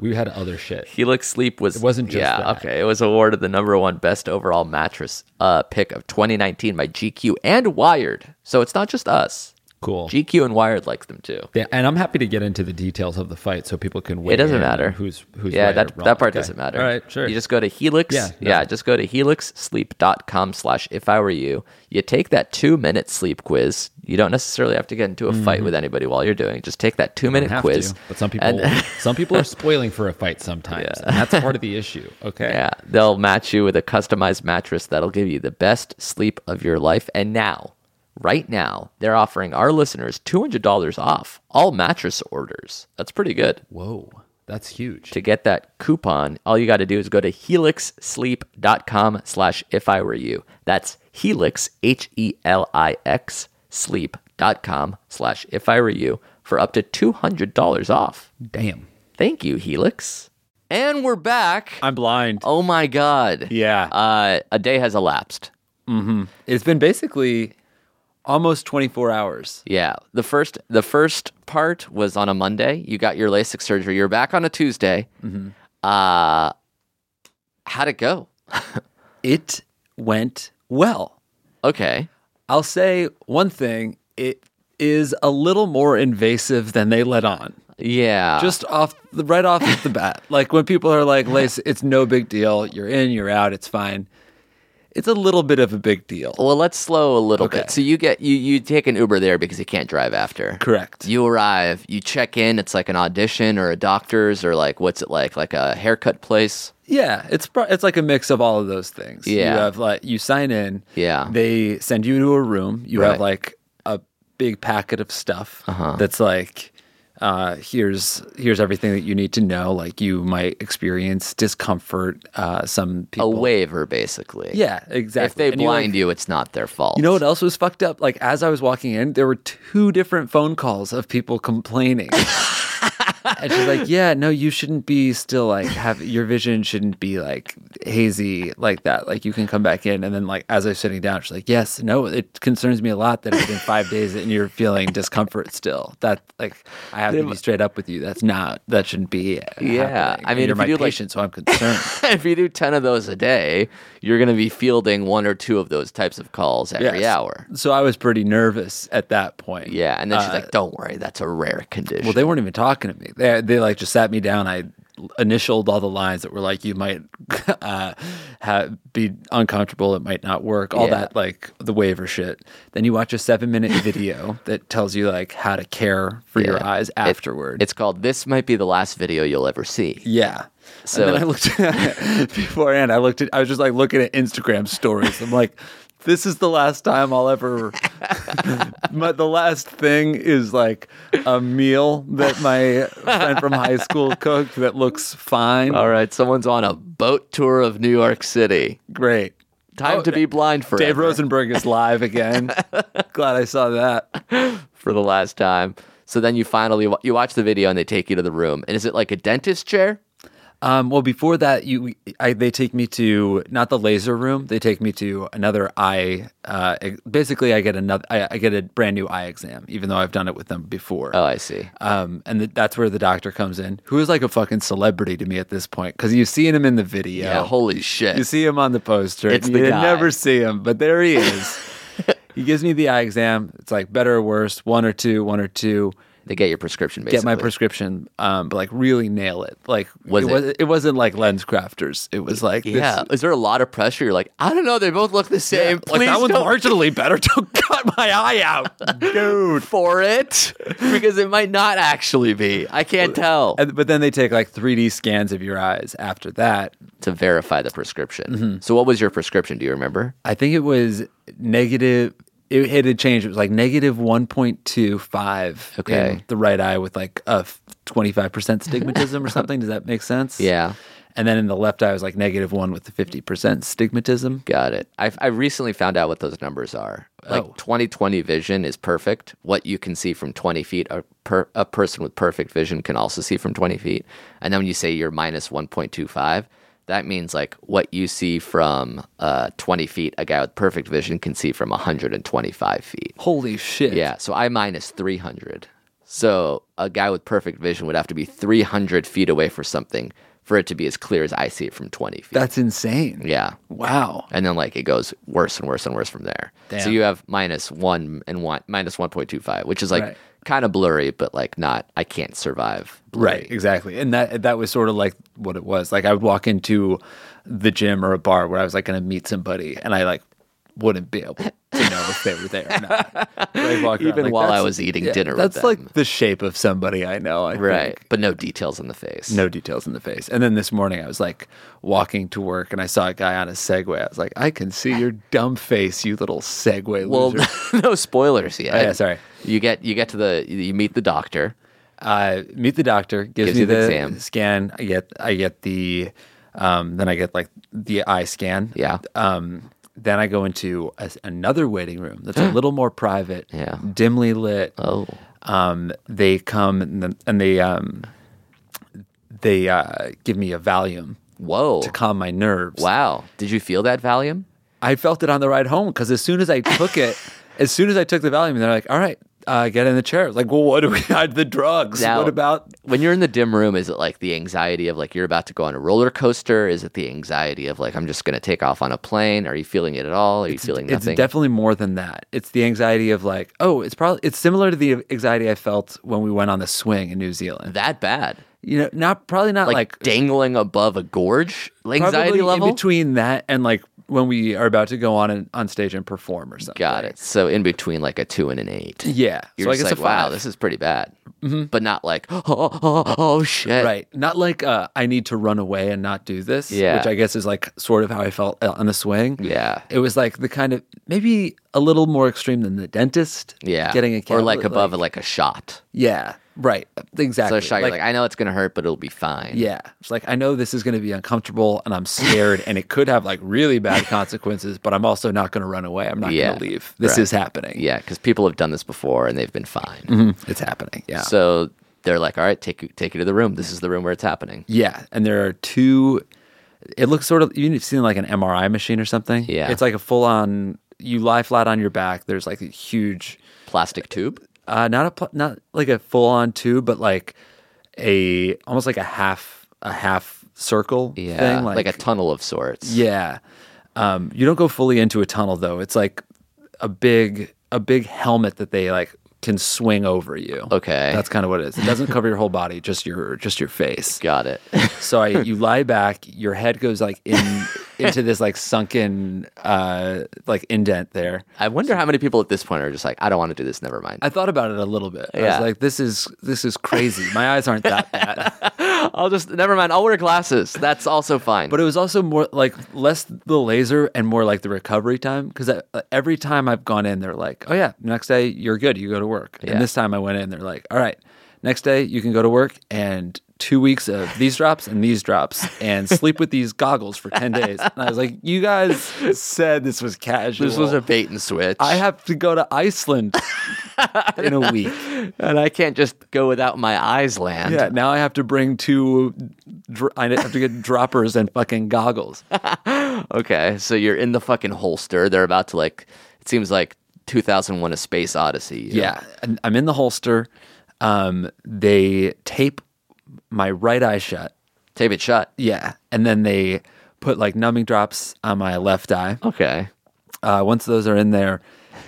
[SPEAKER 4] we had other shit.
[SPEAKER 2] Helix Sleep was
[SPEAKER 4] It wasn't just
[SPEAKER 2] yeah
[SPEAKER 4] that.
[SPEAKER 2] okay. It was awarded the number one best overall mattress uh, pick of 2019 by GQ and Wired. So it's not just us.
[SPEAKER 4] Cool.
[SPEAKER 2] GQ and Wired likes them too.
[SPEAKER 4] Yeah, and I'm happy to get into the details of the fight so people can wait.
[SPEAKER 2] it doesn't matter
[SPEAKER 4] Who's who's
[SPEAKER 2] yeah
[SPEAKER 4] right
[SPEAKER 2] that
[SPEAKER 4] or wrong.
[SPEAKER 2] that part
[SPEAKER 4] Okay.
[SPEAKER 2] doesn't matter.
[SPEAKER 4] All right, sure.
[SPEAKER 2] You just go to Helix.
[SPEAKER 4] Yeah,
[SPEAKER 2] yeah.
[SPEAKER 4] doesn't-
[SPEAKER 2] Just go to helixsleep.com slash if I were you. You take that two minute sleep quiz. You don't necessarily have to get into a fight with anybody while you're doing it. Just take that two minute
[SPEAKER 4] Mm-hmm. have
[SPEAKER 2] quiz.
[SPEAKER 4] to, but some people
[SPEAKER 2] and-
[SPEAKER 4] some people are spoiling for a fight sometimes, and that's part of the issue. Okay.
[SPEAKER 2] Yeah, they'll match you with a customized mattress that'll give you the best sleep of your life. And now, right now, they're offering our listeners $200 off all mattress orders. That's pretty good.
[SPEAKER 4] Whoa, that's huge.
[SPEAKER 2] To get that coupon, all you got to do is go to helixsleep.com slash if I were you. That's helix, H E L I X, sleep.com slash if I were you for up to $200 off.
[SPEAKER 4] Damn.
[SPEAKER 2] Thank you, Helix. And we're back.
[SPEAKER 1] I'm blind.
[SPEAKER 2] Oh my God.
[SPEAKER 1] Yeah.
[SPEAKER 2] Uh, a day has elapsed.
[SPEAKER 1] It's been basically almost 24 hours.
[SPEAKER 2] Yeah. The first the first part was on a Monday. You got your LASIK surgery. You're back on a Tuesday.
[SPEAKER 1] Mm-hmm.
[SPEAKER 2] Uh, how'd it go?
[SPEAKER 1] It went well.
[SPEAKER 2] Okay.
[SPEAKER 1] I'll say one thing it is a little more invasive than they let on.
[SPEAKER 2] Yeah.
[SPEAKER 1] Just off the right off the bat. Like when people are like, Lace, it's no big deal. You're in, you're out, it's fine. It's a little bit of a big deal.
[SPEAKER 2] well, let's slow a little
[SPEAKER 1] Okay.
[SPEAKER 2] bit. So you get you you take an Uber there because you can't drive after.
[SPEAKER 1] Correct.
[SPEAKER 2] You arrive. You check in. It's like an audition or a doctor's or like what's it like like a haircut place.
[SPEAKER 1] Yeah, it's pro- it's like a mix of all of those things. you
[SPEAKER 2] Yeah.
[SPEAKER 1] have like you sign in.
[SPEAKER 2] Yeah.
[SPEAKER 1] they send you to a room. You
[SPEAKER 2] Right. Uh-huh.
[SPEAKER 1] have like a big packet of stuff that's like, uh, here's here's everything that you need to know. Like you might experience discomfort. Uh, some
[SPEAKER 2] A
[SPEAKER 1] people.
[SPEAKER 2] waiver, basically.
[SPEAKER 1] Yeah, exactly.
[SPEAKER 2] If they
[SPEAKER 1] And you, like-
[SPEAKER 2] blind you, it's not their fault.
[SPEAKER 1] You know what else was fucked up? Like as I was walking in, there were two different phone calls of people complaining. and she's like, "Yeah, no, you shouldn't be still like have your vision shouldn't be like hazy like that. Like you can come back in." And then like as I was sitting down, she's like, "Yes, no, it concerns me a lot that it's been 5 days and you're feeling discomfort still. That like I have to be straight up with you. That's not that shouldn't be
[SPEAKER 2] Yeah,
[SPEAKER 1] happening.
[SPEAKER 2] I mean,
[SPEAKER 1] And you're
[SPEAKER 2] if
[SPEAKER 1] my
[SPEAKER 2] you do, like-
[SPEAKER 1] patient, so I'm concerned."
[SPEAKER 2] if you do 10 of those a day, you're going to be fielding one or two of those types of calls every
[SPEAKER 1] Yes.
[SPEAKER 2] hour.
[SPEAKER 1] So I was pretty nervous at that point.
[SPEAKER 2] Yeah. And then she's like, don't worry, that's a rare condition.
[SPEAKER 1] Uh, Well, they weren't even talking to me. They they like just sat me down. I initialed all the lines that were like, "You might uh, have, be uncomfortable. It might not work." All
[SPEAKER 2] Yeah.
[SPEAKER 1] that like the waiver shit. Then you watch a seven minute video that tells you like how to care for your
[SPEAKER 2] Yeah.
[SPEAKER 1] eyes
[SPEAKER 2] It-
[SPEAKER 1] afterward.
[SPEAKER 2] it's called This Might Be the Last Video You'll Ever See.
[SPEAKER 1] yeah.
[SPEAKER 2] So-
[SPEAKER 1] So and then I looked beforehand. I looked at. I was just like looking at Instagram stories. I'm like, this is the last time I'll ever. my, the last thing is like a meal that my friend from high school cooked that looks fine.
[SPEAKER 2] All right. Someone's on a boat tour of New York City.
[SPEAKER 1] Great.
[SPEAKER 2] Time
[SPEAKER 1] Oh,
[SPEAKER 2] to be blind forever.
[SPEAKER 1] Dave Rosenberg is live again. Glad I saw that.
[SPEAKER 2] For the last time. So then you finally wa- you watch the video and they take you to the room. And is it like a dentist chair?
[SPEAKER 1] Um, well, before that, you I, they take me to not the laser room. They take me to another eye. Uh, ex- basically, I get another. I, I get a brand new eye exam, even though I've done it with them before.
[SPEAKER 2] Oh, I see.
[SPEAKER 1] Um, and th- that's where the doctor comes in, who is like a fucking celebrity to me at this point, because you've seen him in the video.
[SPEAKER 2] Yeah, holy
[SPEAKER 1] You
[SPEAKER 2] shit.
[SPEAKER 1] see him on the poster.
[SPEAKER 2] It's
[SPEAKER 1] you
[SPEAKER 2] the
[SPEAKER 1] didn't
[SPEAKER 2] guy.
[SPEAKER 1] never see him, but there he is. he gives me the eye exam. It's like better or worse, one or two, one or two.
[SPEAKER 2] They get your prescription basically.
[SPEAKER 1] Get my prescription, um, but like really nail it. Like
[SPEAKER 2] Was
[SPEAKER 1] it,
[SPEAKER 2] it-
[SPEAKER 1] Was, it wasn't like lens crafters. It was like this-
[SPEAKER 2] Yeah. Is there a lot of pressure? You're like, I don't know. They both look the same.
[SPEAKER 1] like
[SPEAKER 2] Please
[SPEAKER 1] that one's
[SPEAKER 2] don't
[SPEAKER 1] marginally better. Don't cut my eye out, dude.
[SPEAKER 2] for it because it might not actually be. I can't tell
[SPEAKER 1] And, but then they take like 3D scans of your eyes after that,
[SPEAKER 2] to verify the prescription.
[SPEAKER 1] Mm-hmm.
[SPEAKER 2] So, what was your prescription? Do you remember?
[SPEAKER 1] I think it was negative. It, it had changed. It was like negative one point two five.
[SPEAKER 2] Okay.
[SPEAKER 1] the right eye with like a twenty five percent stigmatism or something. Does that make sense?
[SPEAKER 2] Yeah.
[SPEAKER 1] And then in the left eye was like negative one with the fifty percent stigmatism.
[SPEAKER 2] Got it. I I recently found out what those numbers are. Like
[SPEAKER 1] Oh.
[SPEAKER 2] 20/20 vision is perfect. What you can see from 20 feet, a per, a person with perfect vision can also see from 20 feet. And then when you say you're minus 1.25, that means like what you see from uh 20 feet, a guy with perfect vision can see from 125 feet.
[SPEAKER 1] Holy shit!
[SPEAKER 2] Yeah. So I minus 300. So a guy with perfect vision would have to be 300 feet away for something for it to be as clear as I see it from 20 feet.
[SPEAKER 1] that's insane.
[SPEAKER 2] yeah
[SPEAKER 1] Wow.
[SPEAKER 2] and then like it goes worse and worse and worse from there. So
[SPEAKER 1] Damn.
[SPEAKER 2] you have minus one and one minus one point two five, which is like
[SPEAKER 1] Right.
[SPEAKER 2] kind of blurry, but like not. I can't survive.
[SPEAKER 1] Right, exactly. And that that was sort of like what it was. Like I would walk into the gym or a bar where I was like going to meet somebody, and I like wouldn't be able to know if they were there or not. I'd walk around
[SPEAKER 2] Even while
[SPEAKER 1] "That's-
[SPEAKER 2] I was eating dinner with
[SPEAKER 1] That's
[SPEAKER 2] them."
[SPEAKER 1] like the shape of somebody I know. I
[SPEAKER 2] Right,
[SPEAKER 1] think.
[SPEAKER 2] but no details on the face.
[SPEAKER 1] No details in the face. And then this morning I was like walking to work and I saw a guy on a Segway. I was like, I can see your dumb face, you little Segway
[SPEAKER 2] well,
[SPEAKER 1] loser.
[SPEAKER 2] no spoilers yet.
[SPEAKER 1] Oh, yeah, sorry.
[SPEAKER 2] You get you get to the you meet the doctor.
[SPEAKER 1] uh, meet the doctor, gives,
[SPEAKER 2] Gives
[SPEAKER 1] me
[SPEAKER 2] you the
[SPEAKER 1] the,
[SPEAKER 2] exam.
[SPEAKER 1] scan. I get I get the um, then I get like the eye scan.
[SPEAKER 2] Yeah.
[SPEAKER 1] Um, then I go into a, another waiting room that's a little more private.
[SPEAKER 2] Yeah.
[SPEAKER 1] Dimly lit.
[SPEAKER 2] Oh,
[SPEAKER 1] Um, they come and, then, and they um, they uh, give me a Valium
[SPEAKER 2] whoa,
[SPEAKER 1] to calm my nerves.
[SPEAKER 2] wow! Did you feel that Valium?
[SPEAKER 1] I felt it on the ride home because as soon as I took it, as soon as I took the Valium, they're like, "All right, uh, get in the chair." I was like, well, what do we hide the drugs?
[SPEAKER 2] Now-
[SPEAKER 1] what about
[SPEAKER 2] when you're in the dim room is it like the anxiety of like you're about to go on a roller coaster is it the anxiety of like i'm just going to take off on a plane are you feeling it at all are you feeling nothing
[SPEAKER 1] It's definitely more than that. It's the anxiety of like, oh, it's probably it's similar to the anxiety I felt when we went on the swing in New Zealand.
[SPEAKER 2] that bad
[SPEAKER 1] You know, not probably not
[SPEAKER 2] like,
[SPEAKER 1] like,
[SPEAKER 2] dangling above a gorge anxiety
[SPEAKER 1] probably
[SPEAKER 2] level
[SPEAKER 1] in between that and like when we are about to go on and, on stage and perform or something.
[SPEAKER 2] got it so in between like a two and an eight
[SPEAKER 1] Yeah.
[SPEAKER 2] you're just like wow this is pretty bad but not like oh, oh, oh, oh, shit
[SPEAKER 1] Mm-hmm. right. Not like uh, I need to run away and not do this.
[SPEAKER 2] Yeah.
[SPEAKER 1] Which I guess is like sort of how I felt uh, on the swing.
[SPEAKER 2] Yeah.
[SPEAKER 1] It was like the kind of maybe a little more extreme than the dentist.
[SPEAKER 2] yeah
[SPEAKER 1] Getting a
[SPEAKER 2] or like
[SPEAKER 1] tablet,
[SPEAKER 2] above like, a shot
[SPEAKER 1] Yeah. Right.
[SPEAKER 2] so
[SPEAKER 1] Exactly.
[SPEAKER 2] a shot you're like i know it's going to hurt but it'll be fine
[SPEAKER 1] Yeah. It's like, I know this is going to be uncomfortable and I'm scared and it could have like really bad consequences, but I'm also not going to run away. I'm not
[SPEAKER 2] Yeah.
[SPEAKER 1] going to leave. This
[SPEAKER 2] Right.
[SPEAKER 1] is happening. Mm-hmm.
[SPEAKER 2] yeah because people have done this before and they've been fine
[SPEAKER 1] It's happening. Yeah.
[SPEAKER 2] So they're like, all right, take you, take you to the room. This is the room where it's happening.
[SPEAKER 1] yeah. And there are two, it looks sort of, you've seen like an MRI machine or something.
[SPEAKER 2] Yeah.
[SPEAKER 1] It's like a full on, you lie flat on your back. There's like a huge,
[SPEAKER 2] Plastic tube.
[SPEAKER 1] uh, not a, pl- not like a full on tube, but like a, almost like a half, a half circle
[SPEAKER 2] Yeah.
[SPEAKER 1] thing.
[SPEAKER 2] like, a tunnel of sorts.
[SPEAKER 1] Yeah. Um, you don't go fully into a tunnel though. It's like a big a big helmet that they like can swing over you.
[SPEAKER 2] Okay.
[SPEAKER 1] That's kind of what it is. It doesn't cover your whole body, just your just your face.
[SPEAKER 2] Got it.
[SPEAKER 1] So I, you lie back, your head goes like in into this like sunken uh like indent there.
[SPEAKER 2] I wonder how many people at this point are just like, I don't want to do this. Never mind.
[SPEAKER 1] I thought about it a little bit. I
[SPEAKER 2] Yeah.
[SPEAKER 1] was like, this is this is crazy. My eyes aren't that bad.
[SPEAKER 2] I'll just never mind. I'll wear glasses. That's also fine.
[SPEAKER 1] But it was also more like less the laser and more like the recovery time because every time I've gone in, they're like, "Oh yeah, next day you're good, you go to work."
[SPEAKER 2] Yeah.
[SPEAKER 1] And this time I went in, they're like, "All right, next day you can go to work and two weeks of these drops and these drops and sleep with these goggles for ten days." And I was like, "You guys said this was casual.
[SPEAKER 2] this was a bait and switch.
[SPEAKER 1] I have to go to Iceland in a week.
[SPEAKER 2] and I can't just go without my eyes land.
[SPEAKER 1] Yeah, now I have to bring two. dr- I have to get droppers and fucking goggles.
[SPEAKER 2] Okay, so you're in the fucking holster. They're about to like. It seems like 2001: A Space Odyssey. you know?
[SPEAKER 1] Yeah, and I'm in the holster. Um, they tape my right eye shut.
[SPEAKER 2] Tape it shut.
[SPEAKER 1] Yeah, and then they put like numbing drops on my left eye.
[SPEAKER 2] Okay.
[SPEAKER 1] uh, once those are in there,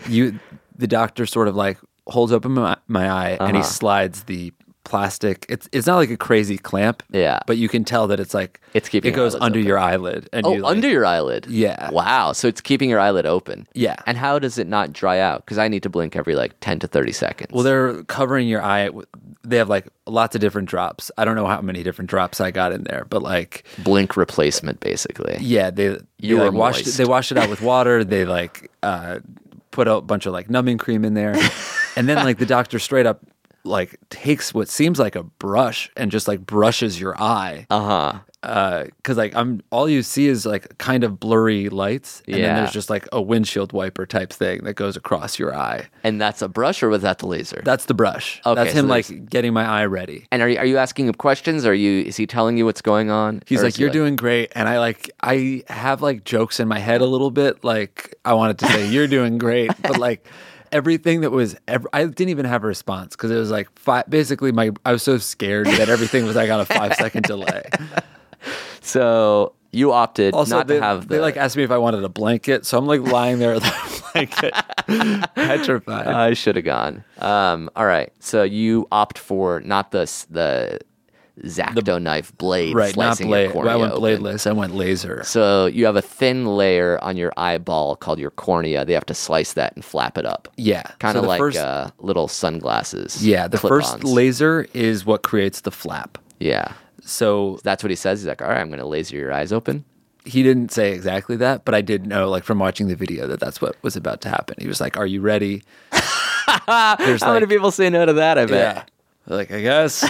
[SPEAKER 1] you the doctor sort of like holds open my, my eye and
[SPEAKER 2] Uh-huh.
[SPEAKER 1] he slides the plastic. It's it's not like a crazy clamp,
[SPEAKER 2] Yeah.
[SPEAKER 1] but you can tell that it's like
[SPEAKER 2] It's keeping
[SPEAKER 1] it
[SPEAKER 2] your
[SPEAKER 1] goes
[SPEAKER 2] eyelids
[SPEAKER 1] under
[SPEAKER 2] open.
[SPEAKER 1] your eyelid. And
[SPEAKER 2] Oh,
[SPEAKER 1] you like-
[SPEAKER 2] under your eyelid.
[SPEAKER 1] Yeah.
[SPEAKER 2] Wow. So it's keeping your eyelid open.
[SPEAKER 1] Yeah.
[SPEAKER 2] And how does it not dry out? Because I need to blink every like 10 to 30 seconds.
[SPEAKER 1] Well, they're covering your eye. with- They have like lots of different drops. I don't know how many different drops I got in there, but like
[SPEAKER 2] blink replacement, basically.
[SPEAKER 1] yeah, they
[SPEAKER 2] You
[SPEAKER 1] they,
[SPEAKER 2] were
[SPEAKER 1] like, washed it,
[SPEAKER 2] moist.
[SPEAKER 1] they washed it out with water. they like uh, put a bunch of like numbing cream in there, and then like the doctor straight up like takes what seems like a brush and just like brushes your eye.
[SPEAKER 2] Uh huh.
[SPEAKER 1] Uh, cause like I'm all you see is like kind of blurry lights, and then
[SPEAKER 2] Yeah.
[SPEAKER 1] there's just like a windshield wiper type thing that goes across your eye.
[SPEAKER 2] And that's a brush or was that the laser?
[SPEAKER 1] That's the brush.
[SPEAKER 2] Okay,
[SPEAKER 1] That's him
[SPEAKER 2] so there's-
[SPEAKER 1] like getting my eye ready.
[SPEAKER 2] and are you, are you asking him questions? Or are you, is he telling you what's going on?
[SPEAKER 1] He's
[SPEAKER 2] Or
[SPEAKER 1] like,
[SPEAKER 2] is he
[SPEAKER 1] "You're doing great," and I like, I have like jokes in my head a little bit. Like, I wanted to say, "You're doing great," but like everything that was, ev- I didn't even have a response because it was like five. Basically, my I was so scared that everything was like on a five second delay.
[SPEAKER 2] So you opted
[SPEAKER 1] Also,
[SPEAKER 2] not
[SPEAKER 1] they,
[SPEAKER 2] to have the.
[SPEAKER 1] they like asked me if I wanted a blanket, so I'm like lying there with a blanket, petrified.
[SPEAKER 2] I should have gone. Um, all right. So you opt for not the s- the Zacto knife blade
[SPEAKER 1] right, not
[SPEAKER 2] slicing
[SPEAKER 1] blade.
[SPEAKER 2] your cornea.
[SPEAKER 1] I went
[SPEAKER 2] open.
[SPEAKER 1] bladeless. I went laser.
[SPEAKER 2] So you have a thin layer on your eyeball called your cornea. They have to slice that and flap it up.
[SPEAKER 1] Yeah,
[SPEAKER 2] Kind
[SPEAKER 1] So
[SPEAKER 2] of
[SPEAKER 1] the
[SPEAKER 2] like
[SPEAKER 1] first-
[SPEAKER 2] uh, little sunglasses.
[SPEAKER 1] yeah. The first
[SPEAKER 2] clip-ons.
[SPEAKER 1] laser is what creates the flap.
[SPEAKER 2] Yeah.
[SPEAKER 1] So
[SPEAKER 2] That's what he says. He's like, all right, I'm going to laser your eyes open.
[SPEAKER 1] he didn't say exactly that, but I did know, like from watching the video, that that's what was about to happen. He was like, "Are you ready?" There's
[SPEAKER 2] How many
[SPEAKER 1] like,
[SPEAKER 2] people say no to that? I bet.
[SPEAKER 1] yeah, like I guess,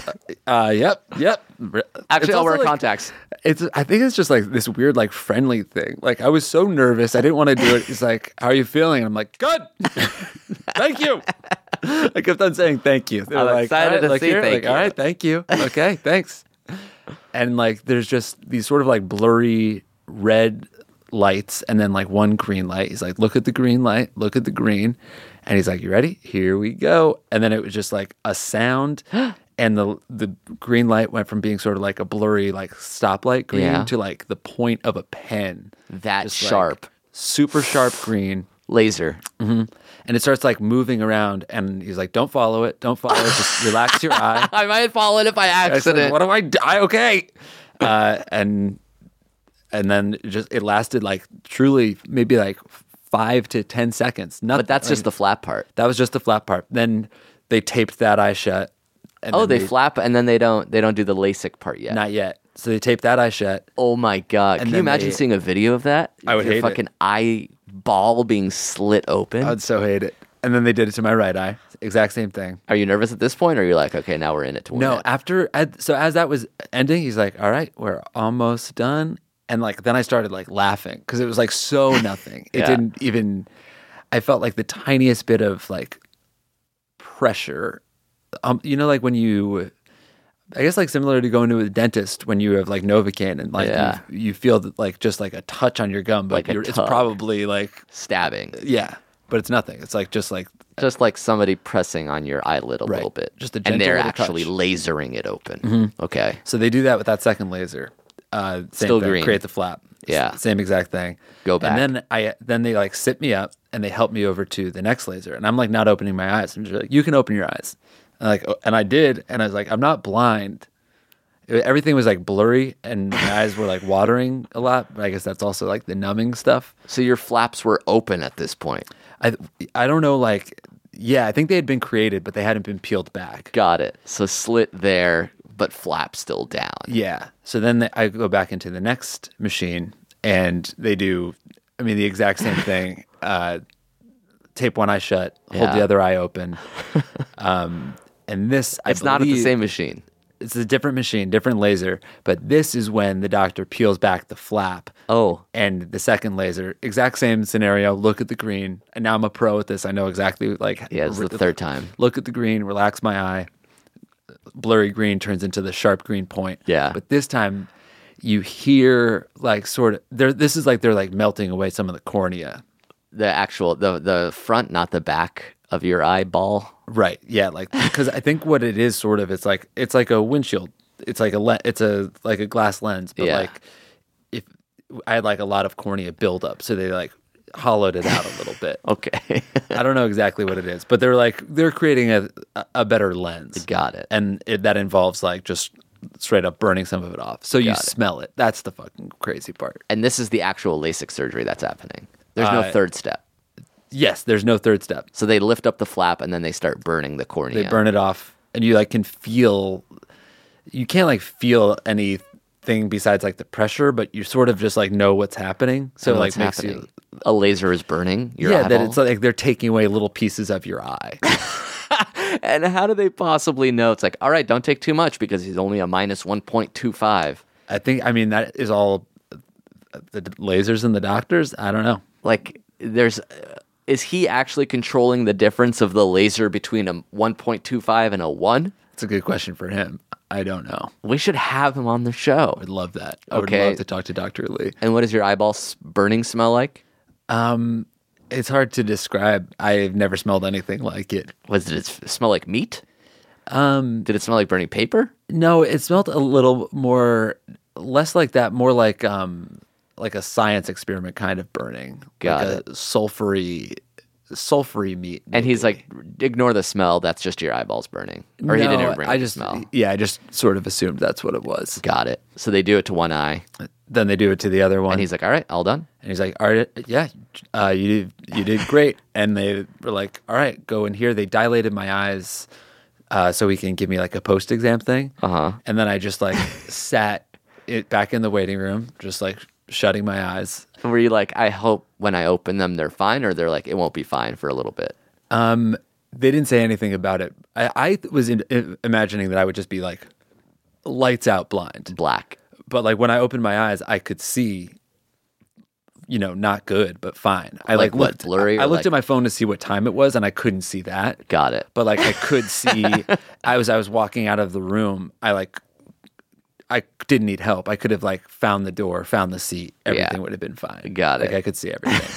[SPEAKER 1] uh, yep, yep. Re-
[SPEAKER 2] Actually,
[SPEAKER 1] It's
[SPEAKER 2] I'll
[SPEAKER 1] also,
[SPEAKER 2] wear
[SPEAKER 1] like-
[SPEAKER 2] contacts.
[SPEAKER 1] It's I think it's just like this weird, like friendly thing. Like I was so nervous, I didn't want to do it. He's like, "How are you feeling?" And I'm like, "Good, thank you." I kept on saying thank you. They were
[SPEAKER 2] I'm
[SPEAKER 1] like,
[SPEAKER 2] excited
[SPEAKER 1] "All right,"
[SPEAKER 2] to
[SPEAKER 1] like,
[SPEAKER 2] see
[SPEAKER 1] here,
[SPEAKER 2] thank
[SPEAKER 1] like,
[SPEAKER 2] you.
[SPEAKER 1] All right, thank you. Okay, thanks and like there's just these sort of like blurry red lights and then like one green light he's like look at the green light look at the green and he's like you ready here we go and then it was just like a sound and the the green light went from being sort of like a blurry like stoplight green
[SPEAKER 2] Yeah.
[SPEAKER 1] to like the point of a pen
[SPEAKER 2] That
[SPEAKER 1] Just, like,
[SPEAKER 2] sharp
[SPEAKER 1] super sharp green
[SPEAKER 2] laser.
[SPEAKER 1] and it starts like moving around and he's like don't follow it don't follow it just relax your eye
[SPEAKER 2] I might fall in if I
[SPEAKER 1] I said,
[SPEAKER 2] accident.
[SPEAKER 1] What am I? d- I okay? Uh, and and then it just it lasted like truly maybe like five to ten seconds. Not,
[SPEAKER 2] but that's just the flap part.
[SPEAKER 1] that was just the flap part. Then they taped that eye shut. And
[SPEAKER 2] Oh,
[SPEAKER 1] then
[SPEAKER 2] they flap and then they don't they don't do the LASIK part yet.
[SPEAKER 1] not yet. So they taped that eye shut.
[SPEAKER 2] Oh my god! Can you
[SPEAKER 1] then
[SPEAKER 2] imagine
[SPEAKER 1] they-
[SPEAKER 2] seeing a video of that?
[SPEAKER 1] I would
[SPEAKER 2] Your
[SPEAKER 1] hate it.
[SPEAKER 2] fucking eye ball being slit open.
[SPEAKER 1] I'd so hate it. And then they did it to my right eye. Exact same thing.
[SPEAKER 2] Are you nervous at this point, or are you like, okay, now we're in it to win?
[SPEAKER 1] No,
[SPEAKER 2] it?
[SPEAKER 1] after at- so as that was ending, he's like, "All right, we're almost done." And like then I started like laughing because it was like so nothing. It
[SPEAKER 2] Yeah.
[SPEAKER 1] didn't even. I felt like the tiniest bit of like pressure. Um, you know, like when you, I guess, like similar to going to a dentist when you have like Novocaine and like
[SPEAKER 2] Yeah.
[SPEAKER 1] you, you feel that, like just like a touch on your gum, but
[SPEAKER 2] Like a
[SPEAKER 1] you're, it's
[SPEAKER 2] tug.
[SPEAKER 1] probably like
[SPEAKER 2] stabbing,
[SPEAKER 1] yeah, but it's nothing. It's like just like
[SPEAKER 2] just like somebody pressing on your eyelid a
[SPEAKER 1] Uh, Right.
[SPEAKER 2] little bit,
[SPEAKER 1] Just a
[SPEAKER 2] and they're
[SPEAKER 1] gentle little
[SPEAKER 2] actually
[SPEAKER 1] touch. Mm-hmm.
[SPEAKER 2] lasering it open. Okay,
[SPEAKER 1] So they do that with that second laser. Uh, same
[SPEAKER 2] Still
[SPEAKER 1] thing,
[SPEAKER 2] green.
[SPEAKER 1] Create the flap. S-
[SPEAKER 2] Yeah.
[SPEAKER 1] Same exact thing.
[SPEAKER 2] Go back.
[SPEAKER 1] And then I then they like sit me up and they help me over to the next laser. And I'm like not opening my eyes. I'm just like, you can open your eyes. And like oh, and I did. And I was like, I'm not blind. It- everything was like blurry and my eyes were like watering a lot. But I guess that's also like the numbing stuff.
[SPEAKER 2] so your flaps were open at this point.
[SPEAKER 1] I I don't know like yeah, I think they had been created, but they hadn't been peeled back.
[SPEAKER 2] Got it. So slit there, but flap still down.
[SPEAKER 1] Yeah. So then the, I go back into the next machine and they do, I mean, the exact same thing. Uh, tape one eye shut, hold
[SPEAKER 2] Yeah.
[SPEAKER 1] the other eye open. Um, and this, I
[SPEAKER 2] It's not at the
[SPEAKER 1] believe-
[SPEAKER 2] same machine.
[SPEAKER 1] it's a different machine, different laser, but this is when the doctor peels back the flap.
[SPEAKER 2] Oh.
[SPEAKER 1] And the second laser, exact same scenario. Look at the green. And now I'm a pro at this. I know exactly like
[SPEAKER 2] Yeah, it's the third time.
[SPEAKER 1] Look at the green, relax my eye. Blurry green turns into the sharp green point.
[SPEAKER 2] Yeah.
[SPEAKER 1] But this time you hear like sort of there this is like they're like melting away some of the cornea.
[SPEAKER 2] The actual the the front, not the back of your eyeball.
[SPEAKER 1] Right. Yeah. Like because I think what it is sort of it's like it's like a windshield. It's like a le- it's a like a glass lens, but
[SPEAKER 2] Yeah.
[SPEAKER 1] like if I had like a lot of cornea buildup, so they like hollowed it out a little bit.
[SPEAKER 2] Okay.
[SPEAKER 1] I don't know exactly what it is, but they're like they're creating a a better lens.
[SPEAKER 2] Got it.
[SPEAKER 1] And it, that involves like just straight up burning some of it off, so you smell it. That's the fucking crazy part.
[SPEAKER 2] And this is the actual LASIK surgery that's happening. There's no
[SPEAKER 1] Uh,
[SPEAKER 2] third step.
[SPEAKER 1] Yes, there's no third step.
[SPEAKER 2] So they lift up the flap and then they start burning the cornea.
[SPEAKER 1] they burn it off and you like can feel you can't like feel anything besides like the pressure but you sort of just like know what's happening so
[SPEAKER 2] So
[SPEAKER 1] like
[SPEAKER 2] like
[SPEAKER 1] makes
[SPEAKER 2] happening.
[SPEAKER 1] you
[SPEAKER 2] a laser is burning your
[SPEAKER 1] yeah that
[SPEAKER 2] eyeball?
[SPEAKER 1] it's like they're taking away little pieces of your eye
[SPEAKER 2] and how do they possibly know? It's like, all right, don't take too much because he's only a minus one point two five.
[SPEAKER 1] i think i mean that is all the d- lasers and the doctors i don't know
[SPEAKER 2] Like, there's. Uh, is he actually controlling the difference of the laser between a 1.25 and a 1?
[SPEAKER 1] it's a good question for him i don't know
[SPEAKER 2] We should have him on the show.
[SPEAKER 1] i'd love that i would
[SPEAKER 2] Okay.
[SPEAKER 1] love to talk to dr lee
[SPEAKER 2] And what does your eyeball s- burning smell like?
[SPEAKER 1] it's hard to describe i've never smelled anything like it
[SPEAKER 2] Was did it s- smell like meat? Um, did it smell like burning paper?
[SPEAKER 1] No, it smelled a little more less like that, more like um like a science experiment kind of burning.
[SPEAKER 2] Got
[SPEAKER 1] like
[SPEAKER 2] it.
[SPEAKER 1] a sulfury sulfury meat.
[SPEAKER 2] And he's like, ignore the smell. That's just your eyeballs burning. Or he didn't
[SPEAKER 1] No,
[SPEAKER 2] ever bring
[SPEAKER 1] I
[SPEAKER 2] up
[SPEAKER 1] just
[SPEAKER 2] the smell.
[SPEAKER 1] Yeah, I just sort of assumed that's what it was.
[SPEAKER 2] Got it. So they do it to one eye,
[SPEAKER 1] Then they do it to the other one.
[SPEAKER 2] and he's like, all right, all done.
[SPEAKER 1] and he's like, All right, yeah, uh, you did you did great. and they were like, All right, go in here. They dilated my eyes uh, so he can give me like a post exam thing.
[SPEAKER 2] Uh-huh.
[SPEAKER 1] And then I just like sat it back in the waiting room, just like shutting my eyes.
[SPEAKER 2] Were you like, I hope when I open them they're fine, or they're like, it won't be fine for a little bit?
[SPEAKER 1] they didn't say anything about it. I, I was in, i- imagining that I would just be like lights out blind.
[SPEAKER 2] Black.
[SPEAKER 1] But like when I opened my eyes, I could see, you know, not good, but fine. I
[SPEAKER 2] Like
[SPEAKER 1] like,
[SPEAKER 2] what,
[SPEAKER 1] looked
[SPEAKER 2] blurry
[SPEAKER 1] I,
[SPEAKER 2] or
[SPEAKER 1] looked
[SPEAKER 2] like-
[SPEAKER 1] at my phone to see what time it was, and I couldn't see that.
[SPEAKER 2] Got it.
[SPEAKER 1] But like I could see. I was I was walking out of the room. I like. I didn't need help. I could have like found the door, found the seat. Everything would have been fine.
[SPEAKER 2] Got
[SPEAKER 1] Like
[SPEAKER 2] it.
[SPEAKER 1] I could see everything.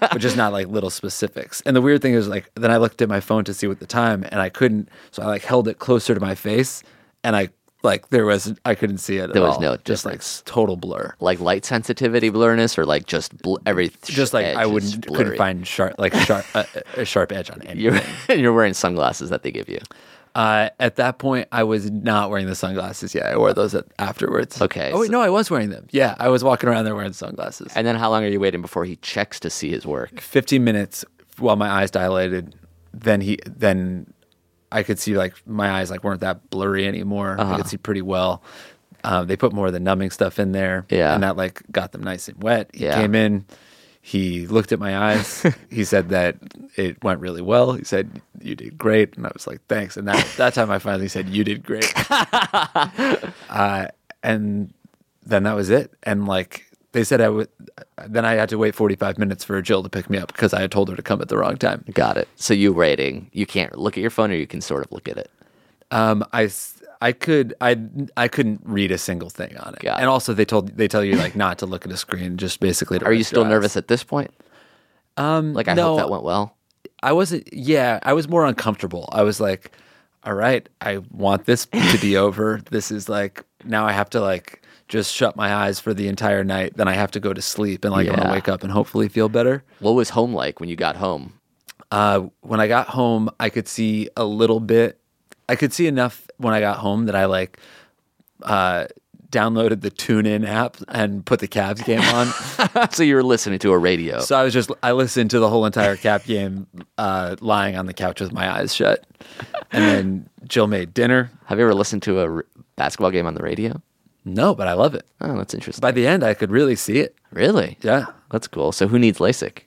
[SPEAKER 1] but just not like little specifics. And the weird thing is like then I looked at my phone to see what the time and I couldn't so I like held it closer to my face and I like there was I couldn't see it. at
[SPEAKER 2] There was
[SPEAKER 1] all.
[SPEAKER 2] no
[SPEAKER 1] just like s- total blur.
[SPEAKER 2] Like light sensitivity blurriness, or like just bl- every sh-
[SPEAKER 1] Just like
[SPEAKER 2] edge
[SPEAKER 1] I
[SPEAKER 2] is
[SPEAKER 1] wouldn't
[SPEAKER 2] blurry?
[SPEAKER 1] couldn't find sharp like sharp a, a sharp edge on anything.
[SPEAKER 2] You're you're wearing sunglasses that they give you.
[SPEAKER 1] Uh, at that point, I was not wearing the sunglasses yet. I wore those at, afterwards.
[SPEAKER 2] Okay,
[SPEAKER 1] Oh wait,
[SPEAKER 2] so-
[SPEAKER 1] no, I was wearing them. Yeah, I was walking around there wearing sunglasses.
[SPEAKER 2] And then how long are you waiting before he checks to see his work?
[SPEAKER 1] 15 minutes while my eyes dilated then he then i could see like my eyes like weren't that blurry anymore
[SPEAKER 2] Uh-huh.
[SPEAKER 1] i could see pretty well um, they put more of the numbing stuff in there
[SPEAKER 2] Yeah.
[SPEAKER 1] and that like got them nice and wet he
[SPEAKER 2] Yeah.
[SPEAKER 1] came in he looked at my eyes he said that it went really well he said you did great and i was like thanks and that, that time i finally said you did great uh, and then that was it. And like they said, I would. Then I had to wait forty five minutes for Jill to pick me up because I had told her to come at the wrong time.
[SPEAKER 2] Got it. So you waiting. You can't look at your phone, or you can sort of look at it.
[SPEAKER 1] Um, I s- I could I I couldn't read a single thing on it.
[SPEAKER 2] Got it.
[SPEAKER 1] and also they told they tell you like not to look at a screen, just basically. To
[SPEAKER 2] Are you
[SPEAKER 1] rest
[SPEAKER 2] still
[SPEAKER 1] your eyes.
[SPEAKER 2] nervous at this point? Um, like I
[SPEAKER 1] no.
[SPEAKER 2] hope that went well.
[SPEAKER 1] I wasn't. Yeah, I was more uncomfortable. I was like, all right, I want this to be over. This is like now I have to like just shut my eyes for the entire night. Then I have to go to sleep and like I'm
[SPEAKER 2] Yeah.
[SPEAKER 1] gonna wake up and hopefully feel better.
[SPEAKER 2] What was home like when you got home?
[SPEAKER 1] Uh, when I got home, I could see a little bit. I could see enough when I got home that I like uh, downloaded the TuneIn app and put the Cavs game on.
[SPEAKER 2] so you were listening to a radio.
[SPEAKER 1] so I was just I listened to the whole entire Cap game, uh, lying on the couch with my eyes shut. And then Jill made dinner.
[SPEAKER 2] Have you ever listened to a r- basketball game on the radio?
[SPEAKER 1] No, but I love it.
[SPEAKER 2] Oh, that's interesting.
[SPEAKER 1] By the end, I could really see it.
[SPEAKER 2] really?
[SPEAKER 1] Yeah. Um,
[SPEAKER 2] That's cool. So who needs LASIK?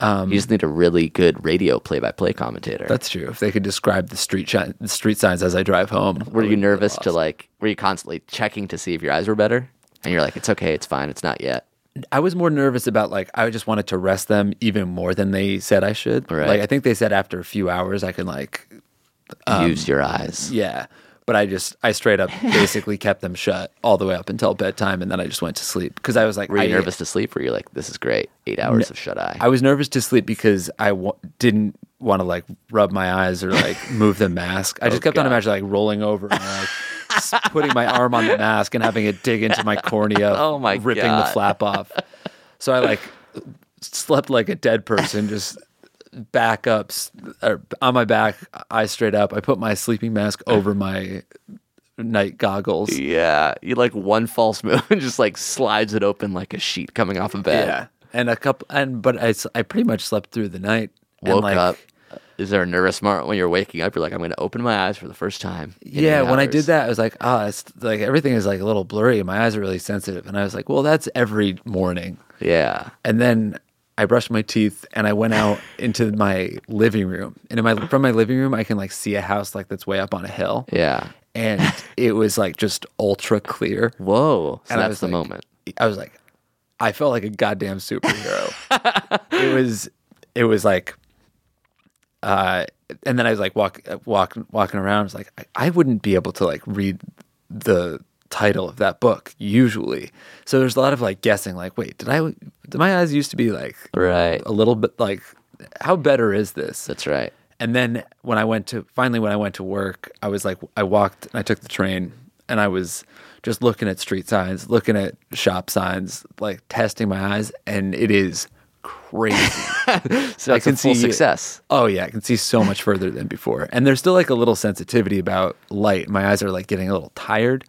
[SPEAKER 2] you just need a really good radio play-by-play commentator.
[SPEAKER 1] That's true. If they could describe the street shi- the street signs as I drive home,
[SPEAKER 2] were you nervous to like? Were you constantly checking to see if your eyes were better? And you're like, it's okay, it's fine, it's not yet.
[SPEAKER 1] I was more nervous about like I just wanted to rest them even more than they said I should.
[SPEAKER 2] Right.
[SPEAKER 1] Like I think they said after a few hours I can like Um,
[SPEAKER 2] Use your eyes.
[SPEAKER 1] yeah, but I just I straight up basically kept them shut all the way up until bedtime, and then I just went to sleep because I was like
[SPEAKER 2] Were you
[SPEAKER 1] I,
[SPEAKER 2] nervous to sleep? Were you like, this is great, eight hours of shut eye?
[SPEAKER 1] I was nervous to sleep because I w- didn't want to like rub my eyes or like move the mask.
[SPEAKER 2] Oh,
[SPEAKER 1] I just kept on imagining like rolling over and like s- putting my arm on the mask and having it dig into my cornea,
[SPEAKER 2] Oh my
[SPEAKER 1] ripping the
[SPEAKER 2] God.
[SPEAKER 1] flap off. So I like slept like a dead person, just back up s- or on my back, eyes straight up. I put my sleeping mask over my night goggles.
[SPEAKER 2] Yeah, you like one false move and just like slides it open like a sheet coming off a bed.
[SPEAKER 1] Yeah, and a couple, and but I s- I pretty much slept through the night. and,
[SPEAKER 2] Woke
[SPEAKER 1] like,
[SPEAKER 2] up. Is there a nervous moment when you're waking up? You're like, I'm going to open my eyes for the first time. in
[SPEAKER 1] Yeah,
[SPEAKER 2] eight
[SPEAKER 1] when I
[SPEAKER 2] hours."
[SPEAKER 1] did that, I was like, ah, it's like everything is like a little blurry. My eyes are really sensitive. And I was like, well, that's every morning.
[SPEAKER 2] Yeah.
[SPEAKER 1] And then I brushed my teeth and I went out into my living room. And in my from my living room, I can like see a house like that's way up on a hill.
[SPEAKER 2] Yeah.
[SPEAKER 1] And it was like just ultra clear.
[SPEAKER 2] Whoa. So
[SPEAKER 1] And I
[SPEAKER 2] that's
[SPEAKER 1] was
[SPEAKER 2] the
[SPEAKER 1] like-
[SPEAKER 2] moment.
[SPEAKER 1] I was like, I felt like a goddamn superhero. it was, it was like, uh, and then I was like walk, walk, walking around. I was like, I, I wouldn't be able to like read the title of that book usually. So there's a lot of like guessing. Like, wait, did I? Did my eyes used to be like
[SPEAKER 2] Right.
[SPEAKER 1] a little bit like? How better is this?
[SPEAKER 2] That's right.
[SPEAKER 1] And then when I went to finally when I went to work, I was like I walked and I took the train and I was just looking at street signs, looking at shop signs, like testing my eyes, and it is crazy.
[SPEAKER 2] So that's a full success.
[SPEAKER 1] Oh yeah, I can see so much further than before. And there's still like a little sensitivity about light. My eyes are like getting a little tired,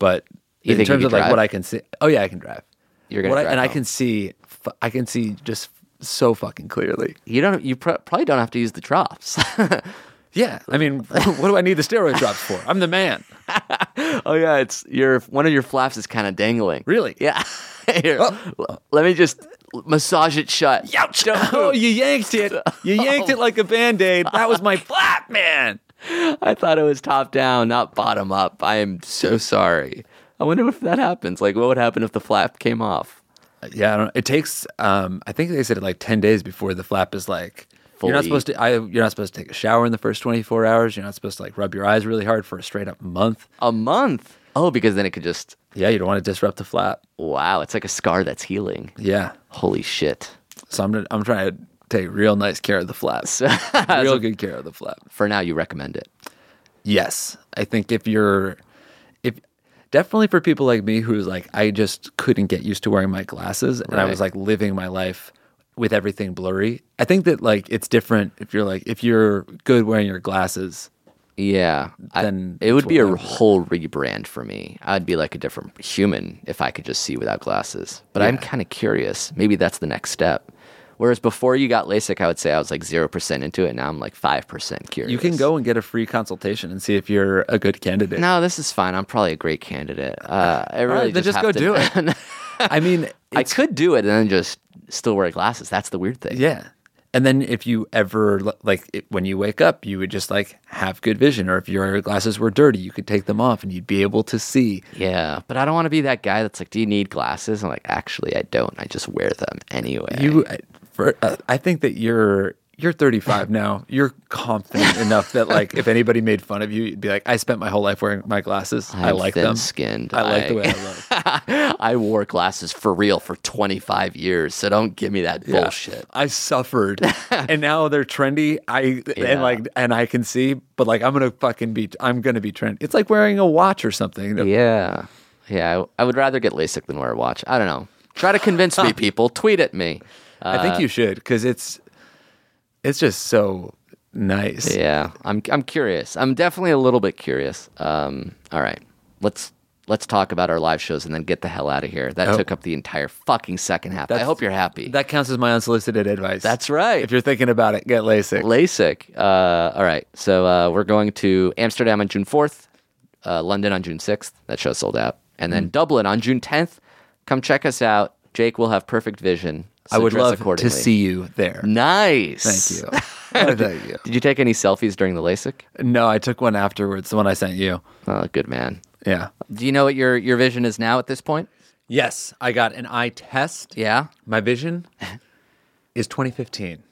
[SPEAKER 1] but
[SPEAKER 2] You
[SPEAKER 1] in
[SPEAKER 2] think you
[SPEAKER 1] terms
[SPEAKER 2] can
[SPEAKER 1] of like
[SPEAKER 2] drive?
[SPEAKER 1] what I can see, oh yeah, I can drive.
[SPEAKER 2] You're gonna
[SPEAKER 1] What I-
[SPEAKER 2] drive
[SPEAKER 1] and I
[SPEAKER 2] home.
[SPEAKER 1] can see, f- I can see just so fucking clearly.
[SPEAKER 2] You don't. You pr- probably don't have to use the drops.
[SPEAKER 1] Yeah, I mean, what do I need the steroid drops for? I'm the man.
[SPEAKER 2] oh yeah, it's your one of your flaps is kind of dangling.
[SPEAKER 1] Really?
[SPEAKER 2] Yeah. Here, l- let me just massage it shut.
[SPEAKER 1] Ouch! Oh, you yanked it. You yanked it like a band aid. That was my Oh. flap, man.
[SPEAKER 2] I thought it was top down, not bottom up. I am so sorry. I wonder if that happens. Like, what would happen if the flap came off?
[SPEAKER 1] Yeah, I don't, it takes. Um, I think they said like ten days before the flap is like. You're not
[SPEAKER 2] Fully-
[SPEAKER 1] supposed to. I, you're not supposed to take a shower in the first 24 hours. You're not supposed to like rub your eyes really hard for a straight up month.
[SPEAKER 2] A month. Oh, because then it could just.
[SPEAKER 1] Yeah, you don't want to disrupt the flap.
[SPEAKER 2] Wow, it's like a scar that's healing.
[SPEAKER 1] Yeah,
[SPEAKER 2] Holy shit.
[SPEAKER 1] so I'm I'm trying to take real nice care of the flap. real good care of the flap.
[SPEAKER 2] For now, you recommend it.
[SPEAKER 1] Yes, I think if you're, if definitely for people like me who's like I just couldn't get used to wearing my glasses and I
[SPEAKER 2] Right.
[SPEAKER 1] was like living my life with everything blurry. I think that like it's different if you're like if you're good wearing your glasses.
[SPEAKER 2] Yeah. I-
[SPEAKER 1] Then
[SPEAKER 2] it would
[SPEAKER 1] it's
[SPEAKER 2] be a
[SPEAKER 1] whatever.
[SPEAKER 2] whole rebrand for me. I'd be like a different human if I could just see without glasses. But I'm kind of curious. Maybe that's the next step. Whereas before you got LASIK, I would say I was like 0% into it. Now I'm like 5% curious.
[SPEAKER 1] You can go and get a free consultation and see if you're a good candidate.
[SPEAKER 2] No, this is fine. I'm probably a great candidate. Uh, I really
[SPEAKER 1] All right, then just,
[SPEAKER 2] have
[SPEAKER 1] go
[SPEAKER 2] to-
[SPEAKER 1] do it. I mean,
[SPEAKER 2] I
[SPEAKER 1] it's-
[SPEAKER 2] could do it and then just still wear glasses. That's the weird thing.
[SPEAKER 1] Yeah. And then if you ever like it, when you wake up, you would just like have good vision, or if your glasses were dirty, you could take them off and you'd be able to see.
[SPEAKER 2] Yeah, but I don't want to be that guy that's like, "Do you need glasses?" I'm like, "Actually, I don't. I just wear them anyway."
[SPEAKER 1] You, I- for, uh, I think that you're you're 35 now. You're confident enough that like if anybody made fun of you, you'd be like, I spent my whole life wearing my glasses. i
[SPEAKER 2] I'm
[SPEAKER 1] like them.
[SPEAKER 2] thin-skinned.
[SPEAKER 1] I like the
[SPEAKER 2] I-
[SPEAKER 1] way I look.
[SPEAKER 2] I wore glasses for real for 25 years, so don't give me that
[SPEAKER 1] Yeah.
[SPEAKER 2] bullshit.
[SPEAKER 1] I suffered, and now they're trendy. I
[SPEAKER 2] Yeah.
[SPEAKER 1] and like and I can see, but like I'm gonna fucking be. I'm gonna be trendy. It's like wearing a watch or something.
[SPEAKER 2] Yeah, yeah. I, I would rather get LASIK than wear a watch. I don't know. Try to convince me, people. Tweet at me.
[SPEAKER 1] I think you should because it's it's just so nice.
[SPEAKER 2] Yeah, I'm I'm curious. I'm definitely a little bit curious. Um, all right, let's let's talk about our live shows and then get the hell out of here. That took up the entire fucking second half. I
[SPEAKER 1] That's-
[SPEAKER 2] hope you're happy.
[SPEAKER 1] That counts as my unsolicited advice.
[SPEAKER 2] That's right.
[SPEAKER 1] If you're thinking about it, get LASIK.
[SPEAKER 2] LASIK. Uh, all right. So uh, we're going to Amsterdam on June 4th, Mm. uh, London on June 6th. That show sold out. And then Dublin on June 10th. Come check us out. Jake will have perfect vision. so
[SPEAKER 1] I would
[SPEAKER 2] dress
[SPEAKER 1] love to
[SPEAKER 2] accordingly.
[SPEAKER 1] see you there.
[SPEAKER 2] Nice.
[SPEAKER 1] Thank you. Oh, Thank you.
[SPEAKER 2] Did you take any selfies during the LASIK?
[SPEAKER 1] No, I took one afterwards, the one I sent you.
[SPEAKER 2] Oh, good man.
[SPEAKER 1] Yeah.
[SPEAKER 2] Do you know what your your vision is now at this point?
[SPEAKER 1] Yes, I got an eye test.
[SPEAKER 2] Yeah.
[SPEAKER 1] My vision is 2015.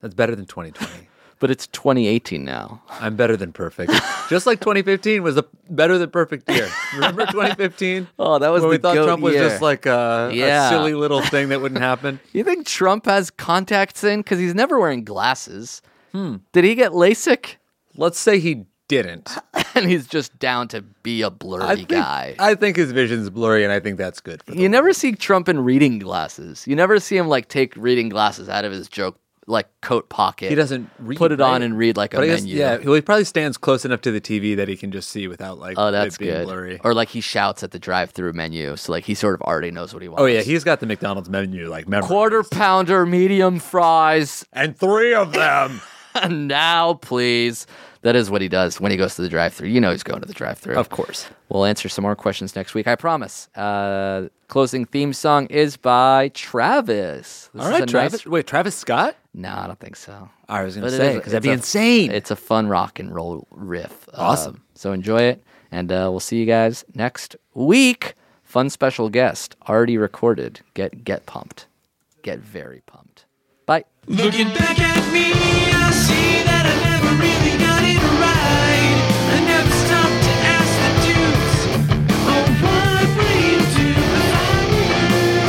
[SPEAKER 1] That's better than 2020.
[SPEAKER 2] But it's 2018 now.
[SPEAKER 1] I'm better than perfect. Just like 2015 was a better than perfect year. Remember 2015?
[SPEAKER 2] Oh, that was
[SPEAKER 1] when we
[SPEAKER 2] the
[SPEAKER 1] thought
[SPEAKER 2] goat
[SPEAKER 1] Trump was
[SPEAKER 2] year.
[SPEAKER 1] just like a, a
[SPEAKER 2] Yeah.
[SPEAKER 1] silly little thing that wouldn't happen.
[SPEAKER 2] You think Trump has contacts in cuz he's never wearing glasses? Hmm. Did he get LASIK?
[SPEAKER 1] Let's say he didn't.
[SPEAKER 2] And he's just down to be a blurry
[SPEAKER 1] I think,
[SPEAKER 2] guy.
[SPEAKER 1] I think his vision's blurry, and I think that's good. For the
[SPEAKER 2] you never see Trump in reading glasses. You never see him like take reading glasses out of his joke like coat pocket.
[SPEAKER 1] He doesn't read,
[SPEAKER 2] put it on
[SPEAKER 1] right?
[SPEAKER 2] and read like a
[SPEAKER 1] But I guess-
[SPEAKER 2] menu.
[SPEAKER 1] yeah, well, he probably stands close enough to the TV that he can just see without like
[SPEAKER 2] Oh, that's
[SPEAKER 1] it being
[SPEAKER 2] good.
[SPEAKER 1] blurry.
[SPEAKER 2] Or like he shouts at the drive-through menu, so like he sort of already knows what he wants.
[SPEAKER 1] oh yeah, he's got the McDonald's menu like memorized.
[SPEAKER 2] quarter pounder, medium fries,
[SPEAKER 1] and three of them.
[SPEAKER 2] and now please. That is what he does when he goes to the drive-through. You know he's going to the drive-through.
[SPEAKER 1] of course.
[SPEAKER 2] We'll answer some more questions next week, I promise. Uh, closing theme song is by Travis. This
[SPEAKER 1] All
[SPEAKER 2] is a
[SPEAKER 1] right,
[SPEAKER 2] nice-
[SPEAKER 1] Travis. Wait, Travis Scott.
[SPEAKER 2] No, I don't think so.
[SPEAKER 1] I was gonna
[SPEAKER 2] But it
[SPEAKER 1] say
[SPEAKER 2] is-
[SPEAKER 1] because that'd be
[SPEAKER 2] it's a-
[SPEAKER 1] insane.
[SPEAKER 2] It's a fun rock and roll riff.
[SPEAKER 1] Awesome.
[SPEAKER 2] Um, so enjoy it, and uh, we'll see you guys next week. Fun special guest already recorded. Get get pumped. Get very pumped. Bye.
[SPEAKER 3] Looking back at me, I see that I never really got it right. I never stopped to ask the dudes, oh, what would you do if I were you?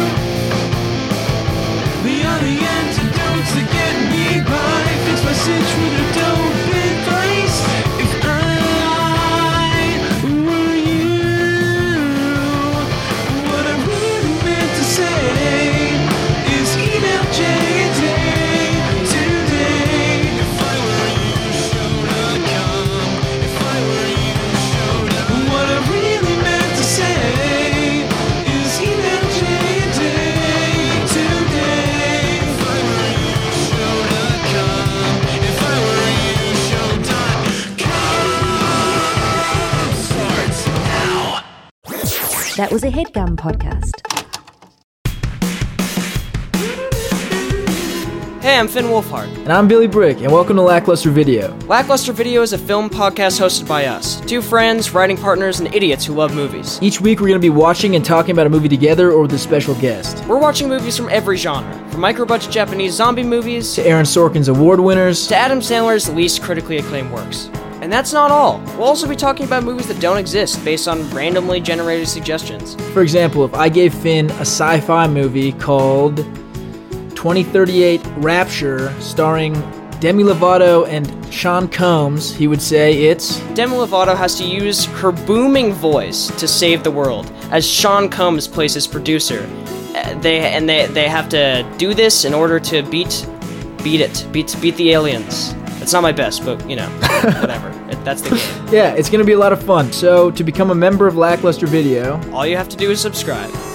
[SPEAKER 3] The only antidotes that get me by fix my sitch with a dope advice. If I were you, what I really meant to say is email JJ today. If I were you, showed up, come. If I were you, showed up. What I really meant to say is email JJ today. If I were you, showed up, come. If I were you, showed up, come. Starts now.
[SPEAKER 5] That was a headgum podcast.
[SPEAKER 6] Hey, I'm Finn Wolfhard.
[SPEAKER 7] And I'm Billy Brick, and welcome to Lackluster Video.
[SPEAKER 6] Lackluster Video is a film podcast hosted by us, two friends, writing partners, and idiots who love movies.
[SPEAKER 7] Each week, we're going to be watching and talking about a movie together or with a special guest.
[SPEAKER 6] We're watching movies from every genre, from micro-budget Japanese zombie movies
[SPEAKER 7] To Aaron Sorkin's award winners,
[SPEAKER 6] to Adam Sandler's least critically acclaimed works. And that's not all. We'll also be talking about movies that don't exist based on randomly generated suggestions.
[SPEAKER 7] for example, if I gave Finn a sci fi movie called 2038 Rapture, starring Demi Lovato and Sean Combs, he would say it's.
[SPEAKER 6] Demi Lovato has to use her booming voice to save the world as Sean Combs plays his producer. Uh, They and they they have to do this in order to beat beat it beat beat the aliens. It's not my best, but you know, whatever. It- That's the game.
[SPEAKER 7] Yeah, it's going to be a lot of fun. So, to become a member of Lackluster Video,
[SPEAKER 6] All you have to do is subscribe.